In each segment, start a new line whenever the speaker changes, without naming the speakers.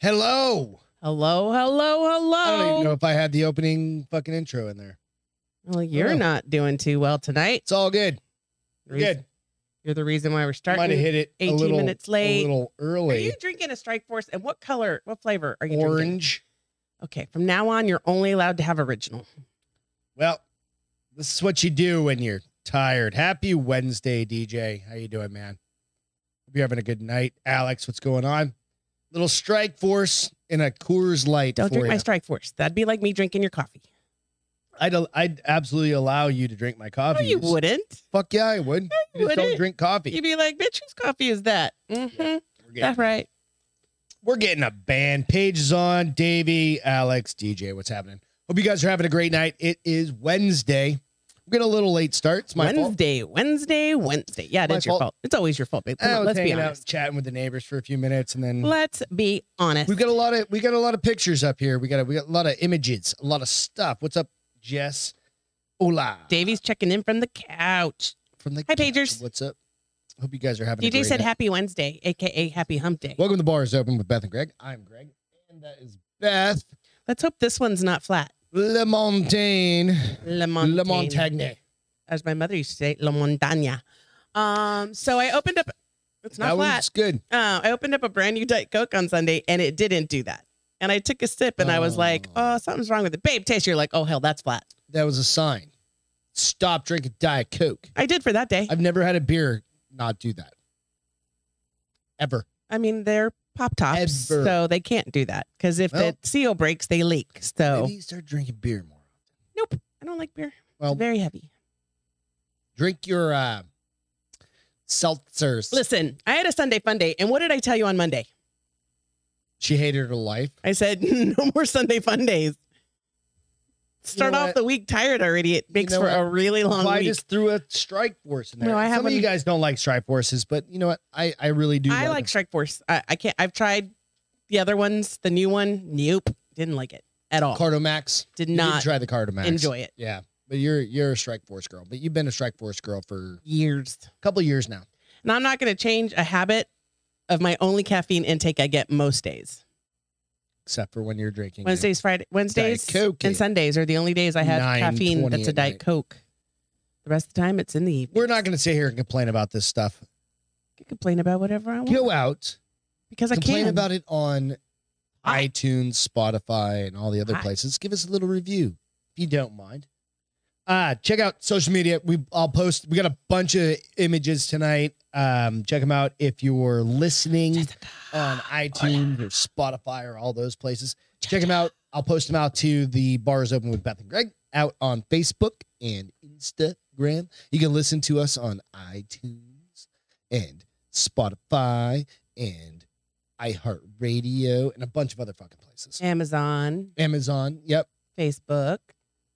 Hello.
Hello, hello, hello.
I don't even know if I had the opening fucking intro in there.
Well, you're
Hello.
not doing too well tonight.
It's all good. We're
Reason-
good.
You're the reason why we're starting.
Might have hit it a
18
little,
minutes
a
late.
little
Are
early.
you drinking a Strike Force? And what color, what flavor are you drinking?
Orange.
Okay, from now on, you're only allowed to have original.
Well, this is what you do when you're tired. Happy Wednesday, DJ. How you doing, man? Hope you're having a good night, Alex. What's going on? Little Strike Force and a Coors Light
Don't
for
drink my
ya.
Strike Force. That'd be like me drinking your coffee.
I'd I'd absolutely allow you to drink my
No,
coffee.
you wouldn't.
Fuck yeah, I would.
you
just don't
wouldn't.
drink coffee.
You'd be like, bitch, whose coffee is that? Mm-hmm.
We're
That's
getting,
right.
we're getting a band. Paige is on. Davey, Alex, DJ. What's happening? Hope you guys are having a great night. It is Wednesday. We're getting a little late start. It's my fault.
Wednesday, Wednesday, Wednesday. Yeah,
My
that's your
fault.
fault. It's always your fault, babe. Come
I
on,
was
let's be
hanging Eh, out,
honest.
chatting with the neighbors for a few minutes, and then
Let's be honest.
we've got a lot of we got a lot of pictures up here. We got a, we got a lot of images, a lot of stuff. What's up, Jess? Hola,
Davey's checking in from the couch.
from the
Hi, Pagers.
What's up? Hope you guys are having. a
DJ
great
said
night.
happy Wednesday, aka happy hump day.
Welcome to the bar is open with Beth and Greg. I'm Greg, and that is Beth
Let's hope this one's not flat.
Lemontagne.
La Montagne.
Lemontagne.
As my mother used to say, La Montaña. Um, so I opened up it's not
That
flat.
was good.
Uh, I opened up a brand new Diet Coke on Sunday and it didn't do that. And I took a sip and I was like,
Oh.
oh, something's wrong with it. Babe, taste. You're like, oh, hell, that's flat.
That was a sign. Stop drinking Diet Coke.
I did for that day.
I've never had a beer not do that. Ever.
I mean, they're pop tops,
Ever.
so they can't do that because if
Well-
the seal breaks, they leak. So
Maybe Oh. start drinking beer more.
nope, I don't like beer.
Well-
It's very heavy.
Drink your uh, seltzers.
Listen, I had a Sunday fun day, and what did I tell you on Monday?
She hated her life.
I said no more Sunday fun days. Start
know
off
what?
the week tired already. It makes
know
for
what?
a really long
Well, I
week.
just threw a strike force in there.
No, I
Some of
haven't-
you guys don't like strike forces, but you know what? I, I really do.
I like
them.
Strike Force. I, I can't. I've tried the other ones. The new one, nope, didn't like it at all.
Cardomax.
Did
You did
not
try the Cardomax.
enjoy it.
Yeah, but you're you're a strike force girl. But you've been a strike force girl for
Years.
a couple years now.
And I'm not going to change a habit of my only caffeine intake I get most days.
except for when you're drinking. it.
Wednesdays, Friday, Wednesdays,
Coke.
and Sundays are the only days I have
9:20
caffeine that's a
at
Diet
night.
Coke. The rest of the time, it's in the evening.
We're not going to sit here and complain about this stuff.
to complain about whatever I want
Go out,
because I
complain
can.
about it on
I-
iTunes, Spotify, and all the other
I-
places. Give us a little review if you don't mind. Uh, check out social media. We I'll post. We got a bunch of images tonight. Um, check them out if you're listening
Jessica.
on iTunes or Spotify or all those places. Check them out. I'll post them out to the bars open with Beth and Greg out on Facebook and Instagram. You can listen to us on iTunes and Spotify and iHeartRadio and a bunch of other fucking places.
Amazon,
Amazon. Yep.
Facebook,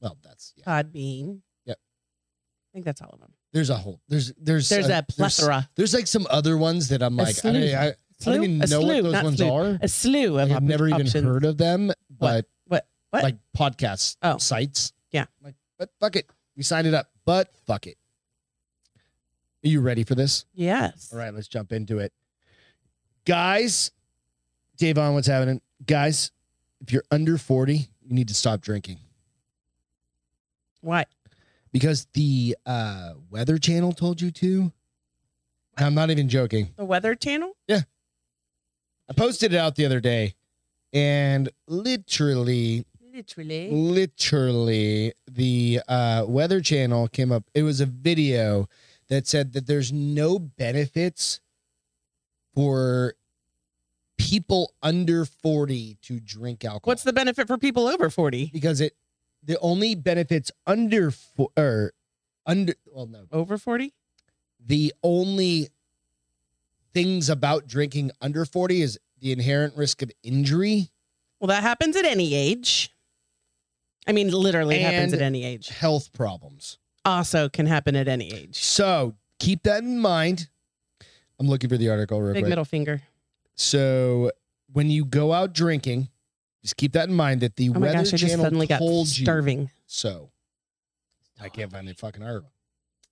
Well, that's yeah.
Podbean.
Yep.
I think that's all of them.
There's a whole there's there's
There's a plethora,
There's, like some other ones that I'm
A
like I, don't-
slew.
I, I
slew,
don't even
a
know
slew,
what those
not
ones
slew,
are.
a slew of
I've
op-
never even
options.
heard of them, but
What? What?
like podcast
Oh.
sites.
Yeah.
Like, but fuck it. We signed it up, but fuck it. Are you ready for this?
yes.
All right, let's jump into it. Guys, Davon, what's happening? Guys, if you're under 40, you need to stop drinking
Why?
because the uh, Weather Channel told you to. And I'm not even joking.
The Weather Channel?
I posted it out the other day and literally
Literally.
literally the uh, weather channel came up it was a video that said that there's no benefits for people under 40 to drink alcohol
What's the benefit for people over 40?
because it the only benefits under fo- or under well no
Over 40?
the only things about drinking under 40 is the inherent risk of injury
Well, that happens at any age. I mean, literally it happens
And-
at any age.
health problems
Also can happen at any age.
So keep that in mind. I'm looking for the article real
Big
quick.
middle finger.
So when you go out drinking, just keep that in mind that the
Oh my
Weather
gosh, I just
Channel
suddenly got
told you
starving.
so. I can't find the fucking article.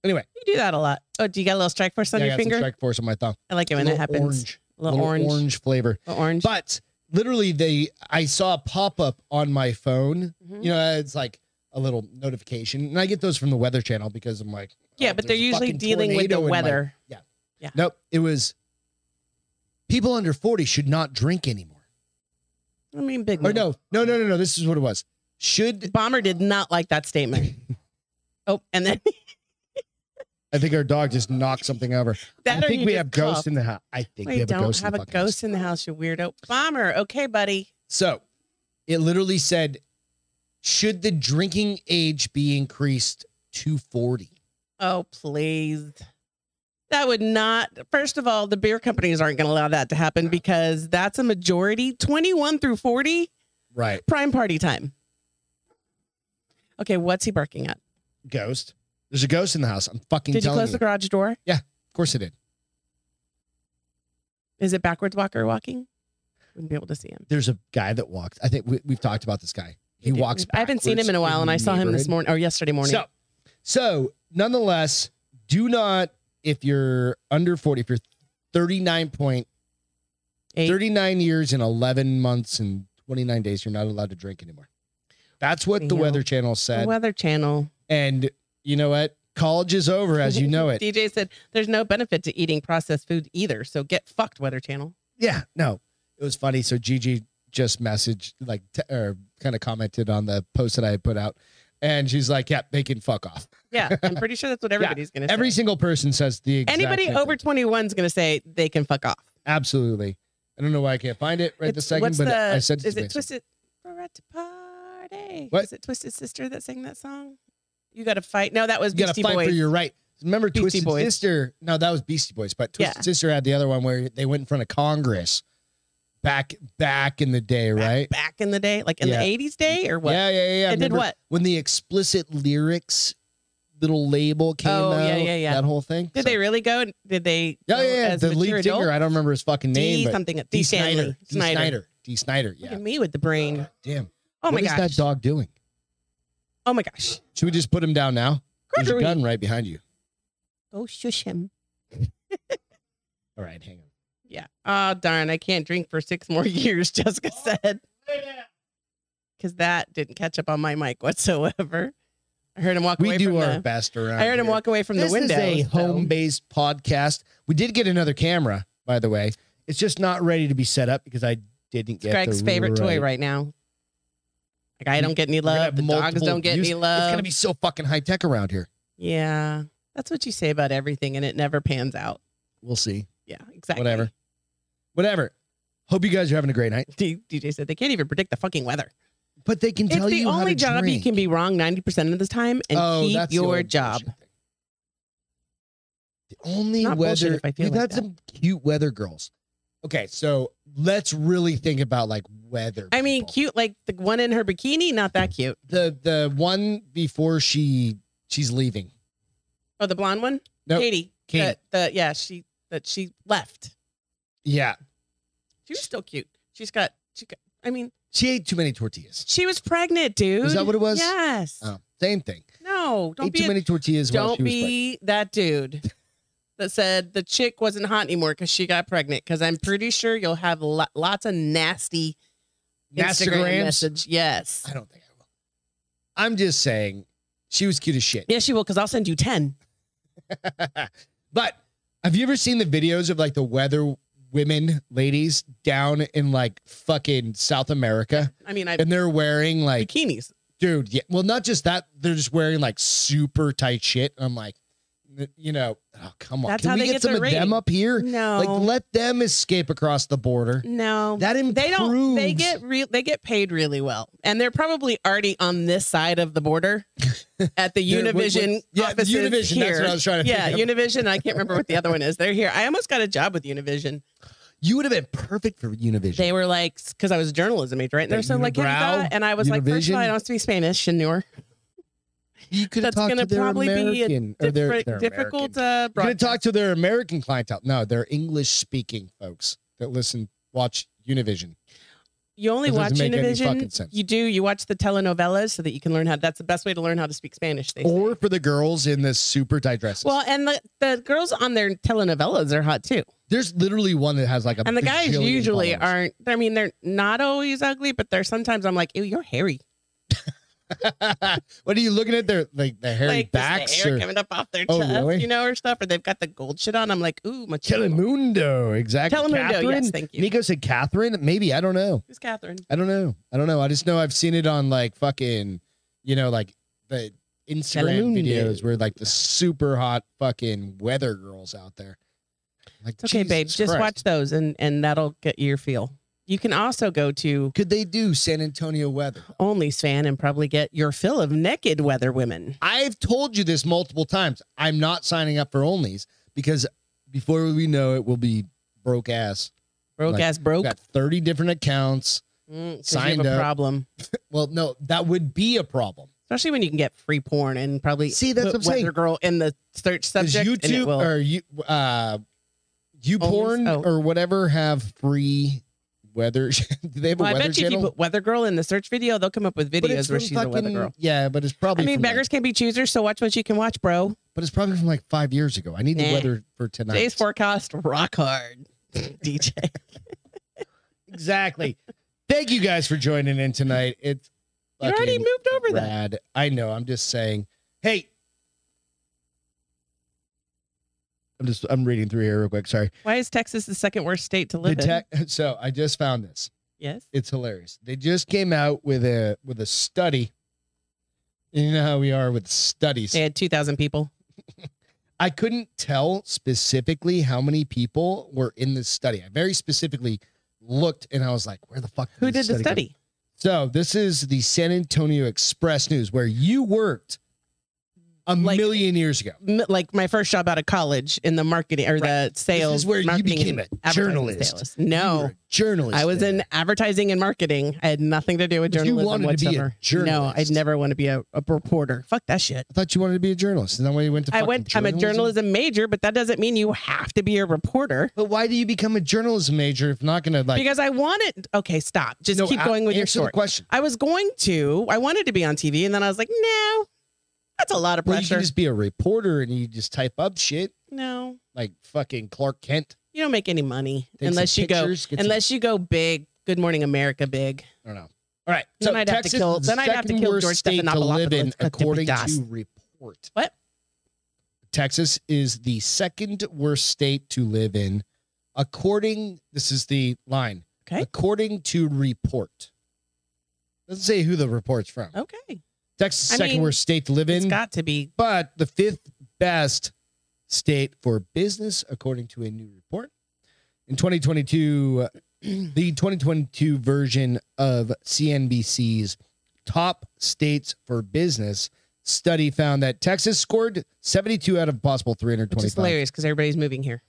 Anyway,
You do that a lot. Oh, do you got a little strike force on
yeah, I
your
got some
finger?
strike force on my thumb.
I like it when
Little
that happens.
Orange,
Little, orange.
orange flavor.
Little orange.
But literally they I saw a pop up on my phone.
Mhm.
You know, it's like a little notification, and I get those from the Weather Channel because I'm like,
yeah,
oh,
but
there's
they're
a
usually
fucking
dealing with
tornado
the
in my-
weather.
nope, it was people under forty should not drink anymore.
I mean, big.
Or
move.
no, no, no, no, no. This is what it was. Should
Bomber did not like that statement. oh, and then
I think our dog just knocked something over?
that
I
or
think
you
we
just
have ghosts
coughed.
in the house. I think we
We
have a
don't
ghost.
have
in the
a
fucking house.
ghost in the house, you weirdo. Bomber. Okay, buddy.
So it literally said, should the drinking age be increased to 40?
Oh, please. That would not. First of all, the beer companies aren't going to allow that to happen because that's a majority 21 through 40,
Right.
prime party time. Okay, what's he barking at?
Ghost. There's a ghost in the house. I'm fucking
Did you
telling
close the garage door?
of course it did.
Is it backwards walker walking? Wouldn't be able to see him.
There's a guy that walked. I think we, we've talked about this guy. He
Dude,
walks.
I haven't seen him in a while, and I saw him this morning or yesterday morning.
So, so nonetheless, do not, if you're under 40, if you're 39 point,
Eight.
39 years and 11 months and 29 days, you're not allowed to drink anymore. That's what the
Yeah.
Weather Channel
The
said.
Weather Channel.
And you know what? College is over as you know it.
DJ said, "There's no benefit to eating processed food either, so get fucked, Weather Channel."
Yeah, no, it was funny. So Gigi just messaged, like, t- or kind of commented on the post that I had put out. And she's like, yeah, they can fuck off.
Yeah, I'm pretty sure that's what everybody's going to say.
Every single person says the exact
Anybody
same
over
thing.
21 is going to say they can fuck off.
Absolutely. I don't know why I can't find it right
It's-
this second,
what's
but
the-
I said
is it
Mason.
Twisted Barrette Party?
What?
Is it Twisted Sister that sang that song? You got to fight. No, that was
You gotta
Beastie
fight
Boys.
for your right. Remember
Beastie
Twisted
Boys.
Sister? No, that was Beastie Boys, but Twisted
Yeah.
Sister had the other one where they went in front of Congress back back in the day,
back,
right?
Back in the day, like in
Yeah.
the 80s day or what?
Yeah, yeah, yeah. yeah.
it did
Remember-
what?
when the explicit lyrics little label came
Oh,
out.
yeah, yeah, yeah.
That whole thing.
Did they really go? and Did they?
Oh, Yeah,
go
yeah, yeah.
as
The
mature
lead
adult?
singer. I don't remember his fucking
D
name, but
something. D. Stanley.
Snyder. D.
Snyder.
Snyder. D. Snyder.
Look
Yeah.
at me with the brain.
Damn.
Oh my
What is
gosh.
that dog doing?
Oh my gosh.
Should we just put him down now? There's a
Gregory.
gun right behind you.
Go Oh, shush him.
All right, hang on.
Yeah. Oh darn, I can't drink for six more years. Jessica said. Because that didn't catch up on my mic whatsoever. I heard him walk
We
away
do
from
our
the.
best around.
I heard him
here.
walk away from
this
the window.
is a
so-
home-based podcast. We did get another camera, by the way. It's just not ready to be set up because I didn't get
Greg's
the
favorite toy
right
right now. Like I don't get any
We're gonna
love.
have
The dogs
multiple
don't get
views.
any
It's
love.
gonna be so fucking high tech around here.
yeah, that's what you say about everything, and it never pans out.
We'll see.
Yeah, exactly.
Whatever. Whatever. Hope you guys are having a great night.
D- DJ said they can't even predict the fucking weather.
But they can
It's
tell
the
you
only
how to
job
drink.
you can be wrong ninety percent of the time and
oh,
keep
that's the
your
old
job.
bullshit thing. The only
Not bullshit
weather
if I feel
we've
like
had
that.
some cute weather girls. Okay, so let's really think about like weather.
I mean,
people.
cute like the one in her bikini, not that cute.
the the one before she she's leaving.
Oh, the blonde one,
No,
Katie.
Katie.
That- the- yeah, she that she left.
Yeah,
She was still cute. She's got she. Got, I mean,
she ate too many tortillas.
she was pregnant, dude.
Is that what it was?
Yes.
Oh, same thing.
No, don't
ate
be
too
a
many tortillas. while
Don't
she was pregnant.
be that dude that said the chick wasn't hot anymore because she got pregnant. Because I'm pretty sure you'll have lo- lots of nasty Instagram
Nastagrams?
message. Yes,
I don't think I will. I'm just saying, she was cute as shit.
yes, you will. Because I'll send you ten.
but have you ever seen the videos of like the weather women ladies down in like fucking South America
I mean, I
and they're wearing like
bikinis.
dude yeah well not just that they're just wearing like super tight shit I'm like you know oh come on
That's
can
how
we
they
get,
get
some
their
of them
rating.
up here
No,
like let them escape across the border
no,
that improves
they don't. They get real. They get paid really well, and they're probably already on this side of the border at the
They're- wait,
Univision
wait, yeah
offices
Univision
here.
that's what I was trying to
yeah,
think of.
Univision. I can't remember what the other one is. They're here. I almost got a job with Univision.
you would have been perfect for Univision
they were like, because I was a journalism major, right? And
That
they're so like,
unibrow,
yeah, and I was like, first of all, I
Univision.
don't speak Spanish, senor.
you could have
that's
talked to
gonna
their
probably be a
American or their,
Different,
their American
difficult. Uh,
You're going
broadcast.
to talk to their American clientele. No, they're English speaking folks that listen, watch Univision.
you only
That
watch
doesn't make any fucking
Univision.
sense.
You do. You watch the telenovelas so that you can learn how. That's the best way to learn how to speak Spanish. They say.
Or for the girls in the super tight dresses.
Well, and the, the girls on their telenovelas are hot too.
There's literally one that has like a
And the guys
bajillion
usually
followers.
aren't. I mean, they're not always ugly, but they're sometimes. I'm like, ew, you're hairy.
what are you looking at? Their like the hairy
like
backs
just the hair
or
coming up off their
Oh,
chest,
really?
you know, or stuff, or they've got the gold shit on. I'm like, ooh, my
Telemundo? Exactly.
Telemundo,
Catherine?
yes, thank you.
Nico said Catherine. Maybe I don't know.
Who's Catherine?
I don't know. I don't know. I just know I've seen it on like fucking, you know, like the Instagram
Telemundo.
videos where like the super hot fucking weather girls out there. Like,
It's okay, babe.
Jesus
Just
Christ.
watch those, and and that'll get your feel. You can also go to
Could they do San Antonio weather?
OnlyFan and probably get your fill of naked weather women.
I've told you this multiple times. I'm not signing up for onlys because before we know it, we'll be broke ass.
Broke
Like,
ass
We've
broke.
got 30 different accounts.
Mm, 'cause you
signed
have a
up.
problem,
Well, no, that would be a problem.
especially when you can get free porn and probably
See, that's
put
what I'm saying.
weather girl in the search
Because
subject. and it
YouTube
will-
or you uh you porn
Oh.
or whatever have free weather. do they have
well,
a
I
weather
bet you if you
channel?
put weather girl in the search video, they'll come up with
But it's
videos where
from
she's a weather
fucking-
girl.
Yeah, but it's
I
probably
mean,
from like-
beggars can be choosers, so watch what you can watch, bro.
but it's probably from like five years ago. I need the
Nah.
weather for tonight.
Today's forecast rock hard. DJ.
exactly. Thank you guys for joining in tonight. It's
you already
fucking-
moved over that.
rad. I know. I'm just saying. Hey, I'm just I'm reading through here real quick. Sorry.
Why is Texas the second worst state to
The
live in?
tech, so I just found this.
Yes.
It's hilarious. They just came out with a with a study. You know how we are with studies.
They had 2,000 people.
I couldn't tell specifically how many people were in this study. I very specifically looked and I was like, where the fuck
Who did
this
the
come
study?
So this is the San Antonio Express News, where you worked a
Like-
million years ago.
M- Like my first job out of college in the marketing or the sales.
This is where you
marketing
became
and
a
advertising
journalist.
sales.
You were
No,
a journalist.
I was
then.
in advertising and marketing. I had nothing to do with
But you
journalism
wanted to be a
whatsoever. No,
journalist.
I'd never want to be a, a reporter. Fuck that shit.
I thought you wanted to be a journalist, and then why you went to.
I
fucking
went. I'm a journalism major, but that doesn't mean you have to be a reporter.
But why do you become a journalism major if not going to like?
because I wanted. Okay, stop. Just
No,
keep
a-
going with your
answer
story.
The question.
I was going to. I wanted to be on TV, and then I was like, no, that's a lot of
Well, you
pressure.
can just be a reporter and you just type up shit
no,
like fucking Clark Kent.
you don't make any money
Take some
unless you go
pictures, get some-
unless you go big. Good Morning America, big.
I don't know. All right.
Then I'd have to
Texas
kill-
is
then
the
I'd have to
second
kill
worst
George
state to
Stephanopoulos
live in,
with a
according
Dipitas.
to report.
What?
Texas is the second worst state to live in, according. This is the line.
Okay.
According to report. Doesn't say who the report's from.
Okay,
Texas is
Oh, I
second
mean,
worst state to live
it's
in,
got to be.
but the fifth best state for business, according to a new report. In 2022, the 2022 version of CNBC's Top States for Business study found that Texas scored 72 out of possible
Which is
325.
hilarious because everybody's moving here.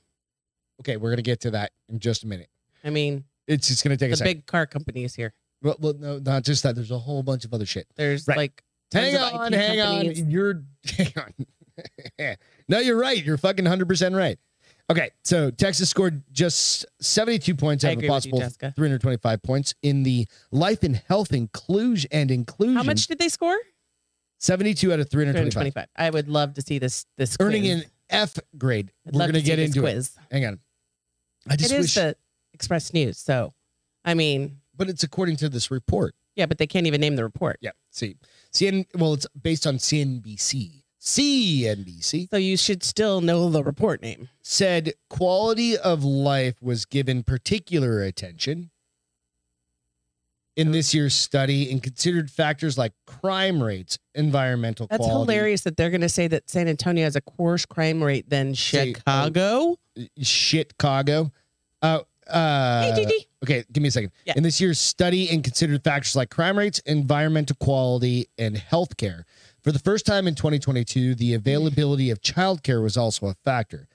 Okay, we're going to get to that in just a minute.
I mean,
It's just going to take a
the
second.
big car company is here.
well, well, no, not just that. There's a whole bunch of other shit.
There's
Right.
like
Hang
Tons of
on,
IT
hang
companies.
on. You're hang on. no, you're right. You're fucking 100% right. Okay, so Texas scored just 72 points
I
out of a
agree with you,
possible
Jessica.
325 points in the life and health inclusion and inclusion.
how much did they score?
72 out of 325.
225. I would love to see this this
Earning
quiz.
an F grade.
I'd
We're
love
going
to
to
see
get
this
into
quiz.
it. Hang on. I
It
just
is
wish,
the Express News, so I mean,
but it's according to this report.
yeah, but they can't even name the report.
Yeah. See, CN, well, it's based on CNBC. CNBC.
So you should still know the report name.
said quality of life was given particular attention in this year's study and considered factors like crime rates, environmental
That's
quality.
hilarious that they're going to say that San Antonio has a worse crime rate than
Say, oh,
Chicago.
Chicago. Uh,
hey,
uh,
Gigi.
okay, give me a second.
Yeah.
In this year's study and considered factors like crime rates, environmental quality, and healthcare. For the first time in 2022, the availability of childcare was also a factor.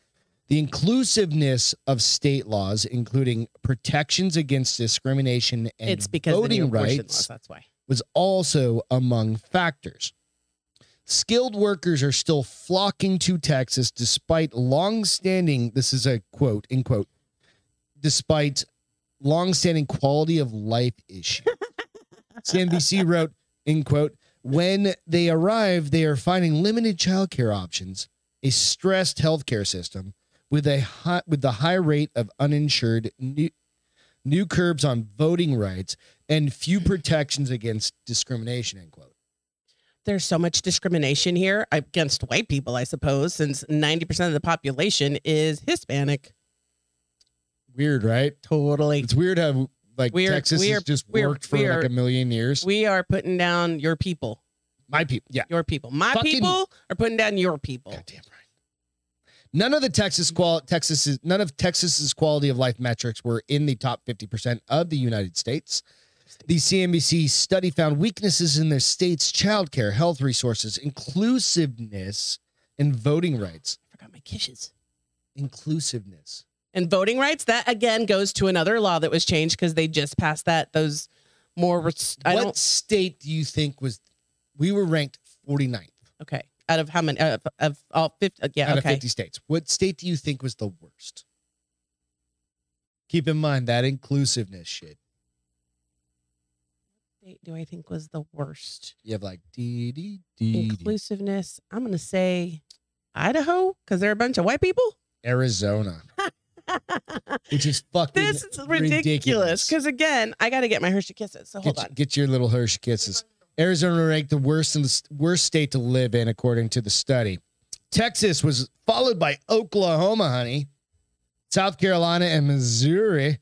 The inclusiveness of state laws, including protections against discrimination and
It's because of the new
uh, voting
abortion laws.
rights,
That's why.
was also among factors. Skilled workers are still flocking to Texas despite long-standing this is a quote in quote despite long-standing quality of life issue. CNBC wrote in quote when they arrive they are finding limited childcare options, a stressed healthcare system, with a high, with the high rate of uninsured new, new curbs on voting rights and few protections against discrimination end quote
There's so much discrimination here against white people, I suppose, since 90% of the population is Hispanic.
weird right
Totally.
it's weird how like
We're-
texas
we're-
has just
we're-
worked for
we're-
like a million years
We are putting down your people.
my people yeah
Your people. My
Fucking-
people are putting down your people.
goddamn right none of the texas qual texas none of texas's quality of life metrics were in the top 50% of the united states The CNBC study found weaknesses in their state's childcare, health resources, inclusiveness, and voting rights.
I forgot my kisses.
Inclusiveness.
and voting rights that again goes to another law that was changed because they just passed that those more res- i
what
don't
state do you think was we were ranked 49th
okay out of how many out of, of all 50 yeah
out of
okay
50 states? What state do you think was the worst? Keep in mind that inclusiveness shit.
State do i think was the worst
You have like D D D D
inclusiveness i'm gonna say idaho because they're a bunch of white people
Arizona, which is fucking
this is ridiculous because again i gotta get my hershey kisses so hold
get,
on
get your little Hershey kisses. Arizona ranked the worst in the worst state to live in, according to the study. Texas was followed by Oklahoma, honey, South Carolina, and Missouri.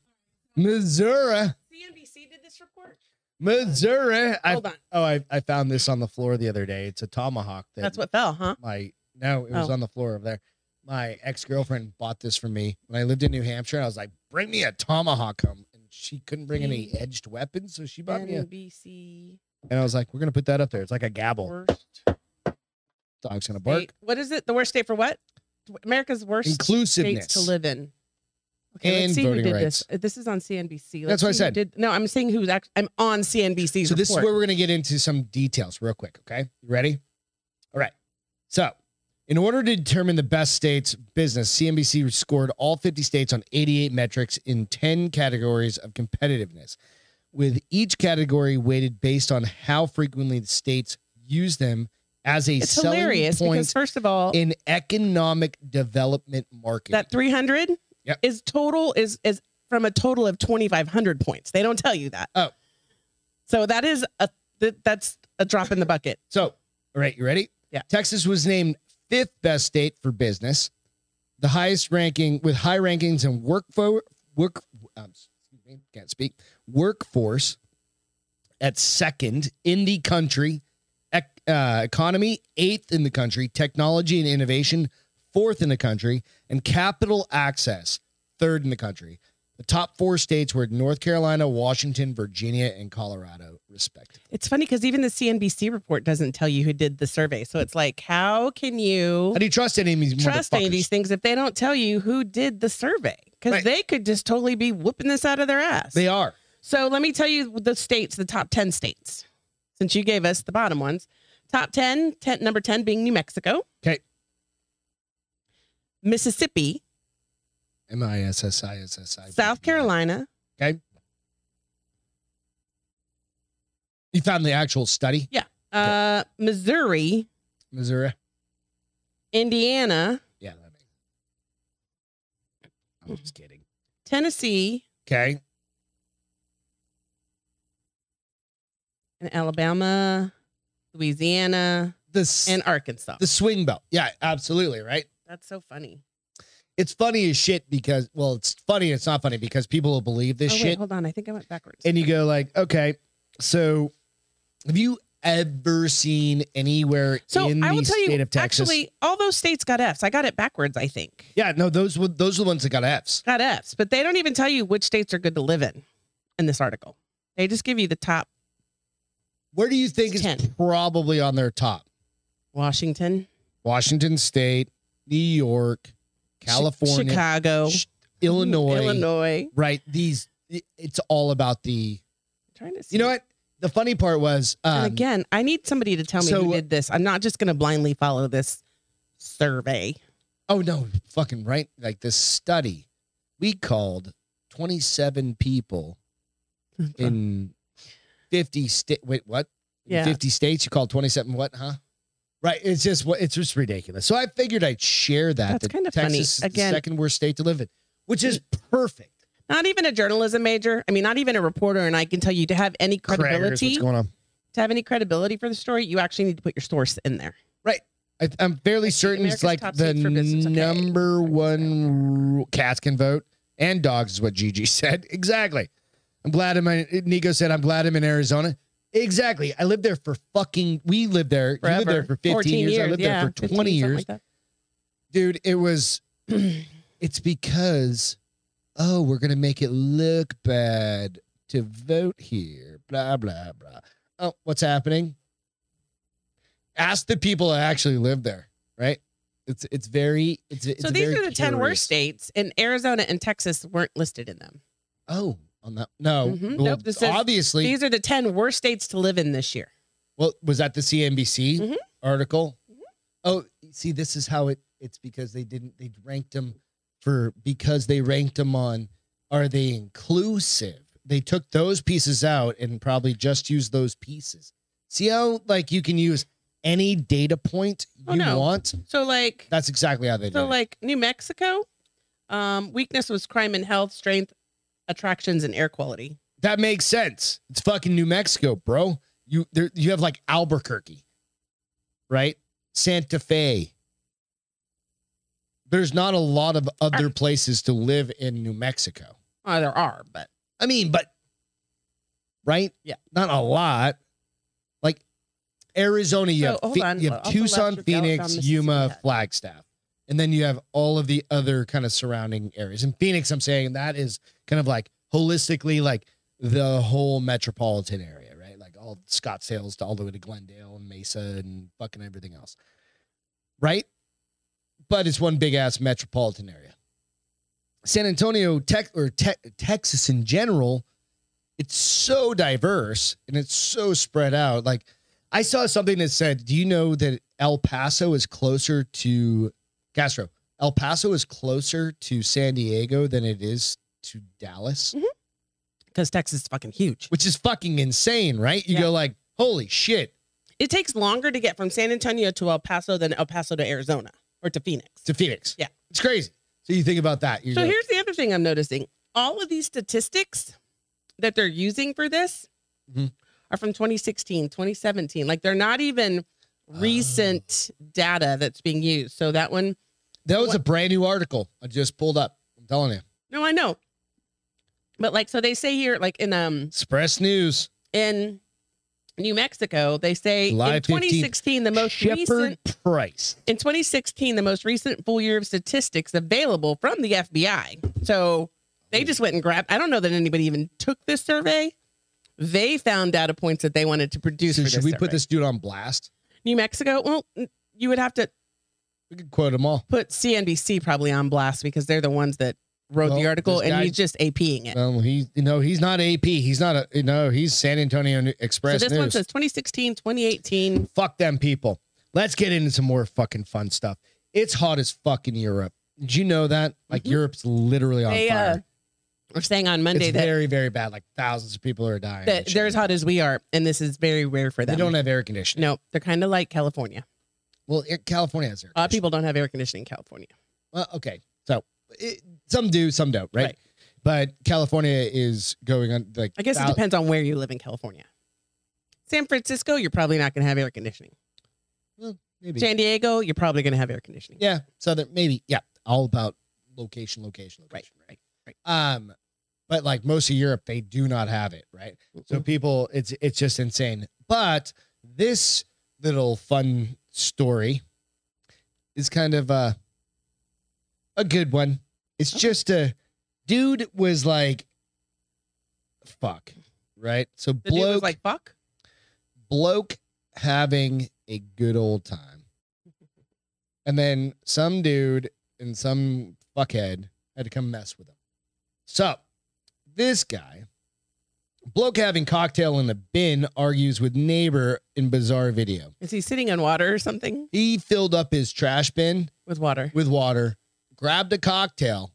Missouri,
cnbc did this report
Missouri. I,
hold on
oh, I, I found this on the floor the other day. It's a tomahawk. That
that's what fell huh
my no, it was
Oh.
on the floor over there. My ex girlfriend bought this for me when I lived in New Hampshire. I was like, "Bring me a tomahawk," home. and she couldn't bring any edged weapons, so she bought me a
nbc
and I was like, we're going to put that up there. It's like a gabble.
worst
Dog's going to bark.
state. What is it? The worst state for what? America's worst
Inclusiveness.
states to live in. Okay,
And
let's see who
voting
did
rights.
this. This is on CNBC.
That's what I
see who
said.
Did, no, I'm saying who's actually. I'm on CNBC.
So this is where we're going to get into some details real quick. Okay. You ready? All right. So in order to determine the best states business, CNBC scored all 50 states on 88 metrics in 10 categories of competitiveness, with each category weighted based on how frequently the states use them as a
It's
selling
hilarious
point
because first of all,
in economic development market.
that 300
Yep.
is total is is from a total of 2,500 points. They don't tell you that.
Oh.
so that is a th- that's a drop in the bucket.
So, all right, you ready?
Yeah.
Texas was named fifth best state for business, the highest ranking with high rankings in work for, work. Um, excuse me, can't speak. Workforce at second in the country, ec- uh, economy eighth in the country, technology and innovation fourth in the country, and capital access third in the country. The top four states were North Carolina, Washington, Virginia, and Colorado, respectively.
It's funny because even the CNBC report doesn't tell you who did the survey. So it's like, how can you
How do you trust any of these
trust any
motherfuckers?
of these things if they don't tell you who did the survey because
Right.
they could just totally be whooping this out of their ass.
They are.
so let me tell you the states, the top 10 states, since you gave us the bottom ones. Top 10, 10 number 10 being New Mexico.
'Kay.
Mississippi,
M I S S I S S I.
South Carolina.
You found the actual study,
Uh, Missouri,
Missouri.
Indiana,
Yeah. That makes- I'm just kidding.
Tennessee,
Okay.
and Alabama, Louisiana,
The s-
and Arkansas.
the swing belt. Yeah, absolutely. Right.
That's so funny.
It's funny as shit because well, it's funny. It's not funny because people will believe
Oh,
this
wait,
shit,
hold on. I think I went backwards.
and you go like, okay, so have you ever seen anywhere
So
in
I will
the
tell
state
you,
of Texas?
actually, all those states got Fs. I got it backwards, I think.
yeah, no, those were those are the ones that got Fs.
Got Fs, but they don't even tell you which states are good to live in in this article. They just give you the top
Where do you think is
10.
probably on their top?
Washington,
Washington State, New York,
Chi-
California,
Chicago,
Sh- Illinois,
Illinois.
Right. These it- it's all about the
trying to see.
you know what? The funny part was um,
and again, I need somebody to tell me
so-
who did this. I'm not just going to blindly follow this survey.
oh no, fucking right. Like this study. We called twenty seven people in fifty state wait, what? In
Yeah.
Fifty states you called twenty seven what, huh? Right. It's just what it's just ridiculous. So I figured I'd share that.
That's
that
kinda funny.
Texas is
Again-
the second worst state to live in, which is perfect.
Not even a journalism major. I mean, not even a reporter. And I can tell you to have any
Craigers,
credibility,
What's
to
going on?
have any credibility for the story, you actually need to put your source in there.
I, I'm fairly
Let's see,
certain it's
America's
like
top
the
seed for business. Okay.
number one rule- cats can vote and dogs is what Gigi said. Exactly. I'm glad I'm in, Nico said, I'm glad I'm in Arizona. Exactly. I lived there for fucking, we lived there.
Forever.
You lived there for 15
14
years. I lived
yeah,
there for
15,
20
something
years.
like that.
Dude, it was it's because oh we're gonna make it look bad to vote here blah blah blah oh what's happening ask the people that actually live there right it's it's very it's, it's
so these
very
are the 10 worst
curious.
states, and Arizona and Texas weren't listed in them.
oh on that no
Mhm.
well,
Nope, this says-
obviously
These are the 10 worst states to live in this year.
well was that the cnbc
Mhm.
article
Mm-hmm.
oh see this is how it it's because they didn't they ranked them for because they ranked them on are they inclusive? They took those pieces out and probably just used those pieces. See how like you can use any data point you
Oh, no.
want.
So, like,
That's exactly how they did.
So
it.
like New Mexico, um, weakness was crime and health, strength, attractions, and air quality.
that makes sense. It's fucking New Mexico, bro. You there you have like Albuquerque, right? Santa Fe. There's not a lot of other places to live in New Mexico.
Oh, there are, but
I mean, but right?
Yeah.
Not a lot. Like Arizona, you
So,
have,
Oh, hold
Phe-
on.
you have
I'll
Tucson,
let you go down
Phoenix,
Mississippi
Yuma,
Path.
Flagstaff. And then you have all of the other kind of surrounding areas. In Phoenix, I'm saying that is kind of like holistically like the whole metropolitan area, right? Like all Scottsdale's to all the way to Glendale and Mesa and fucking everything else. Right? But it's one big ass metropolitan area. San Antonio, Tech or Te- Texas in general, it's so diverse and it's so spread out. Like I saw something that said, "Do you know that El Paso is closer to Castro? El Paso is closer to San Diego than it is to Dallas,
because Texas is fucking huge.
which is fucking insane, right? You
Yeah.
go like, holy shit,
It takes longer to get from San Antonio to El Paso than El Paso to Arizona or to Phoenix.
to Phoenix.
Yeah.
it's crazy. So you think about that. You're
So
like,
here's the other thing I'm noticing: all of these statistics that they're using for this
Mhm.
are from 2016, 2017. Like they're not even recent
Ah.
data that's being used. So that one
that was
what-
a brand new article I just pulled up. I'm telling you,
No, I know. But like, so they say here, like in um
Express News,
in New Mexico, they say
July
in
15th,
2016 the most
Shepherd
recent
Price.
in 2016 the most recent full year of statistics available from the FBI. So they just went and grabbed. I don't know that anybody even took this survey. They found data points that they wanted to produce.
So
for
should we put
survey.
this dude on blast?
New Mexico? Well, you would have to
We could quote them all.
put CNBC probably on blast because they're the ones that wrote
Well,
the article,
this
and
guy-
he's just APing it.
No, Um, he no, he's not AP. He's not a you know, he's San Antonio New-
So
Express
this
News.
one says 2016, 2018.
fuck them people. Let's get into some more fucking fun stuff. It's hot as fuck in Europe. Did you know that? Like
Mhm.
Europe's literally on
They uh,
fire.
were saying on Monday
it's
that,
very, very bad. Like thousands of people are dying.
that
and shit.
they're as hot as we are, and this is very rare for
they
them.
don't have air conditioning.
no, they're kind of like California.
Well, it- California has air.
A lot of
conditioning.
people don't have air conditioning in California.
Well, okay. So it, some do, some don't, right?
Right.
But California is going on like
I guess it
thou-
depends on where you live in California. San Francisco, you're probably not going to have air conditioning.
maybe.
San Diego, you're probably going to have air conditioning.
yeah, southern maybe. Yeah, all about location, location,
Right,
location.
right.
Um, but like most of Europe, they do not have it, right? So
Mhm.
people, it's it's just insane. But this little fun story is kind of a a good one. It's
Okay.
just a dude was like, fuck, right? So
the dude was
bloke
like, fuck.
bloke having a good old time. And then some dude and some fuckhead had to come mess with him. So this guy, bloke having cocktail in the bin, argues with neighbor in bizarre video.
Is he sitting in water or something?
He filled up his trash bin
With water.
with water, grabbed a cocktail,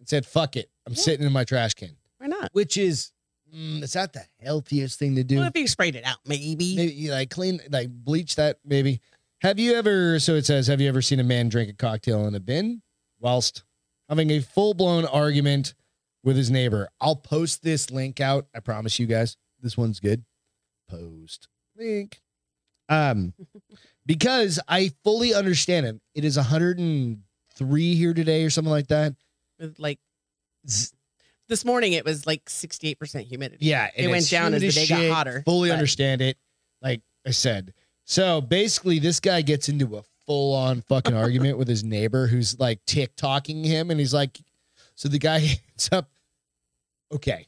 and said, fuck it. I'm sitting in my trash can,
Why not?
which is, mm, is that the healthiest thing to do?
Well, if he sprayed it out, maybe.
maybe you, like clean like bleach that maybe Have you ever, so it says, have you ever seen a man drink a cocktail in a bin whilst having a full blown argument with his neighbor? I'll post this link out. I promise you guys, this one's good. Post link. Um, because I fully understand him. It is 103 here today or something like that.
With, like this morning, it was like 68% humidity.
Yeah, and
It went
it's
down as
huge
the day got
shit.
hotter,
Fully
but-
understand it, like I said. So basically, this guy gets into a full on fucking argument with his neighbor, who's like tick tocking him, and he's like, so the guy ends up, okay,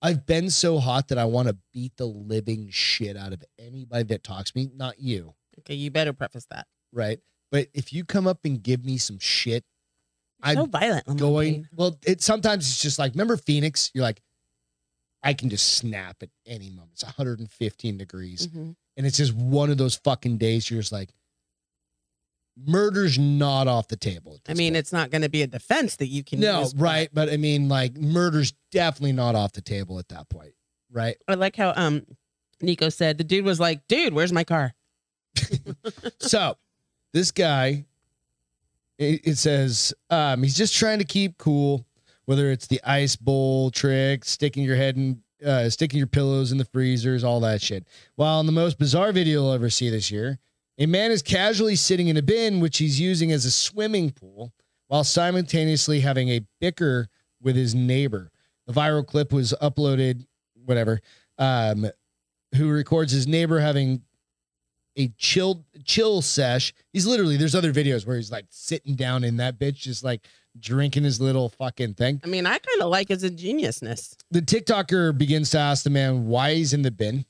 I've been so hot that I want to beat the living shit out of anybody that talks to me, not you,
Okay, you better preface that.
right? But if you come up and give me some shit, I'm
so violent. on my
going
brain.
well it sometimes it's just like remember phoenix you're like i can just snap at any moment it's 115 degrees
Mhm.
and it's just one of those fucking days you're just like murder's not off the table at
I
this
mean,
point.
it's not going to be a defense that you can
no
use.
right but i mean like murder's definitely not off the table at that point right
I like how um Nico said the dude was like, dude, where's my car?
so this guy it, it says um, he's just trying to keep cool whether it's the ice bowl trick sticking your head in uh, sticking your pillows in the freezers all that shit while in the most bizarre video you'll ever see this year a man is casually sitting in a bin which he's using as a swimming pool while simultaneously having a bicker with his neighbor the viral clip was uploaded whatever um, who records his neighbor having a chill chill sesh. He's literally there's other videos where he's like sitting down in that bitch, just like drinking his little fucking thing.
I mean, I kind of like his ingeniousness.
The TikToker begins to ask the man why he's in the bin.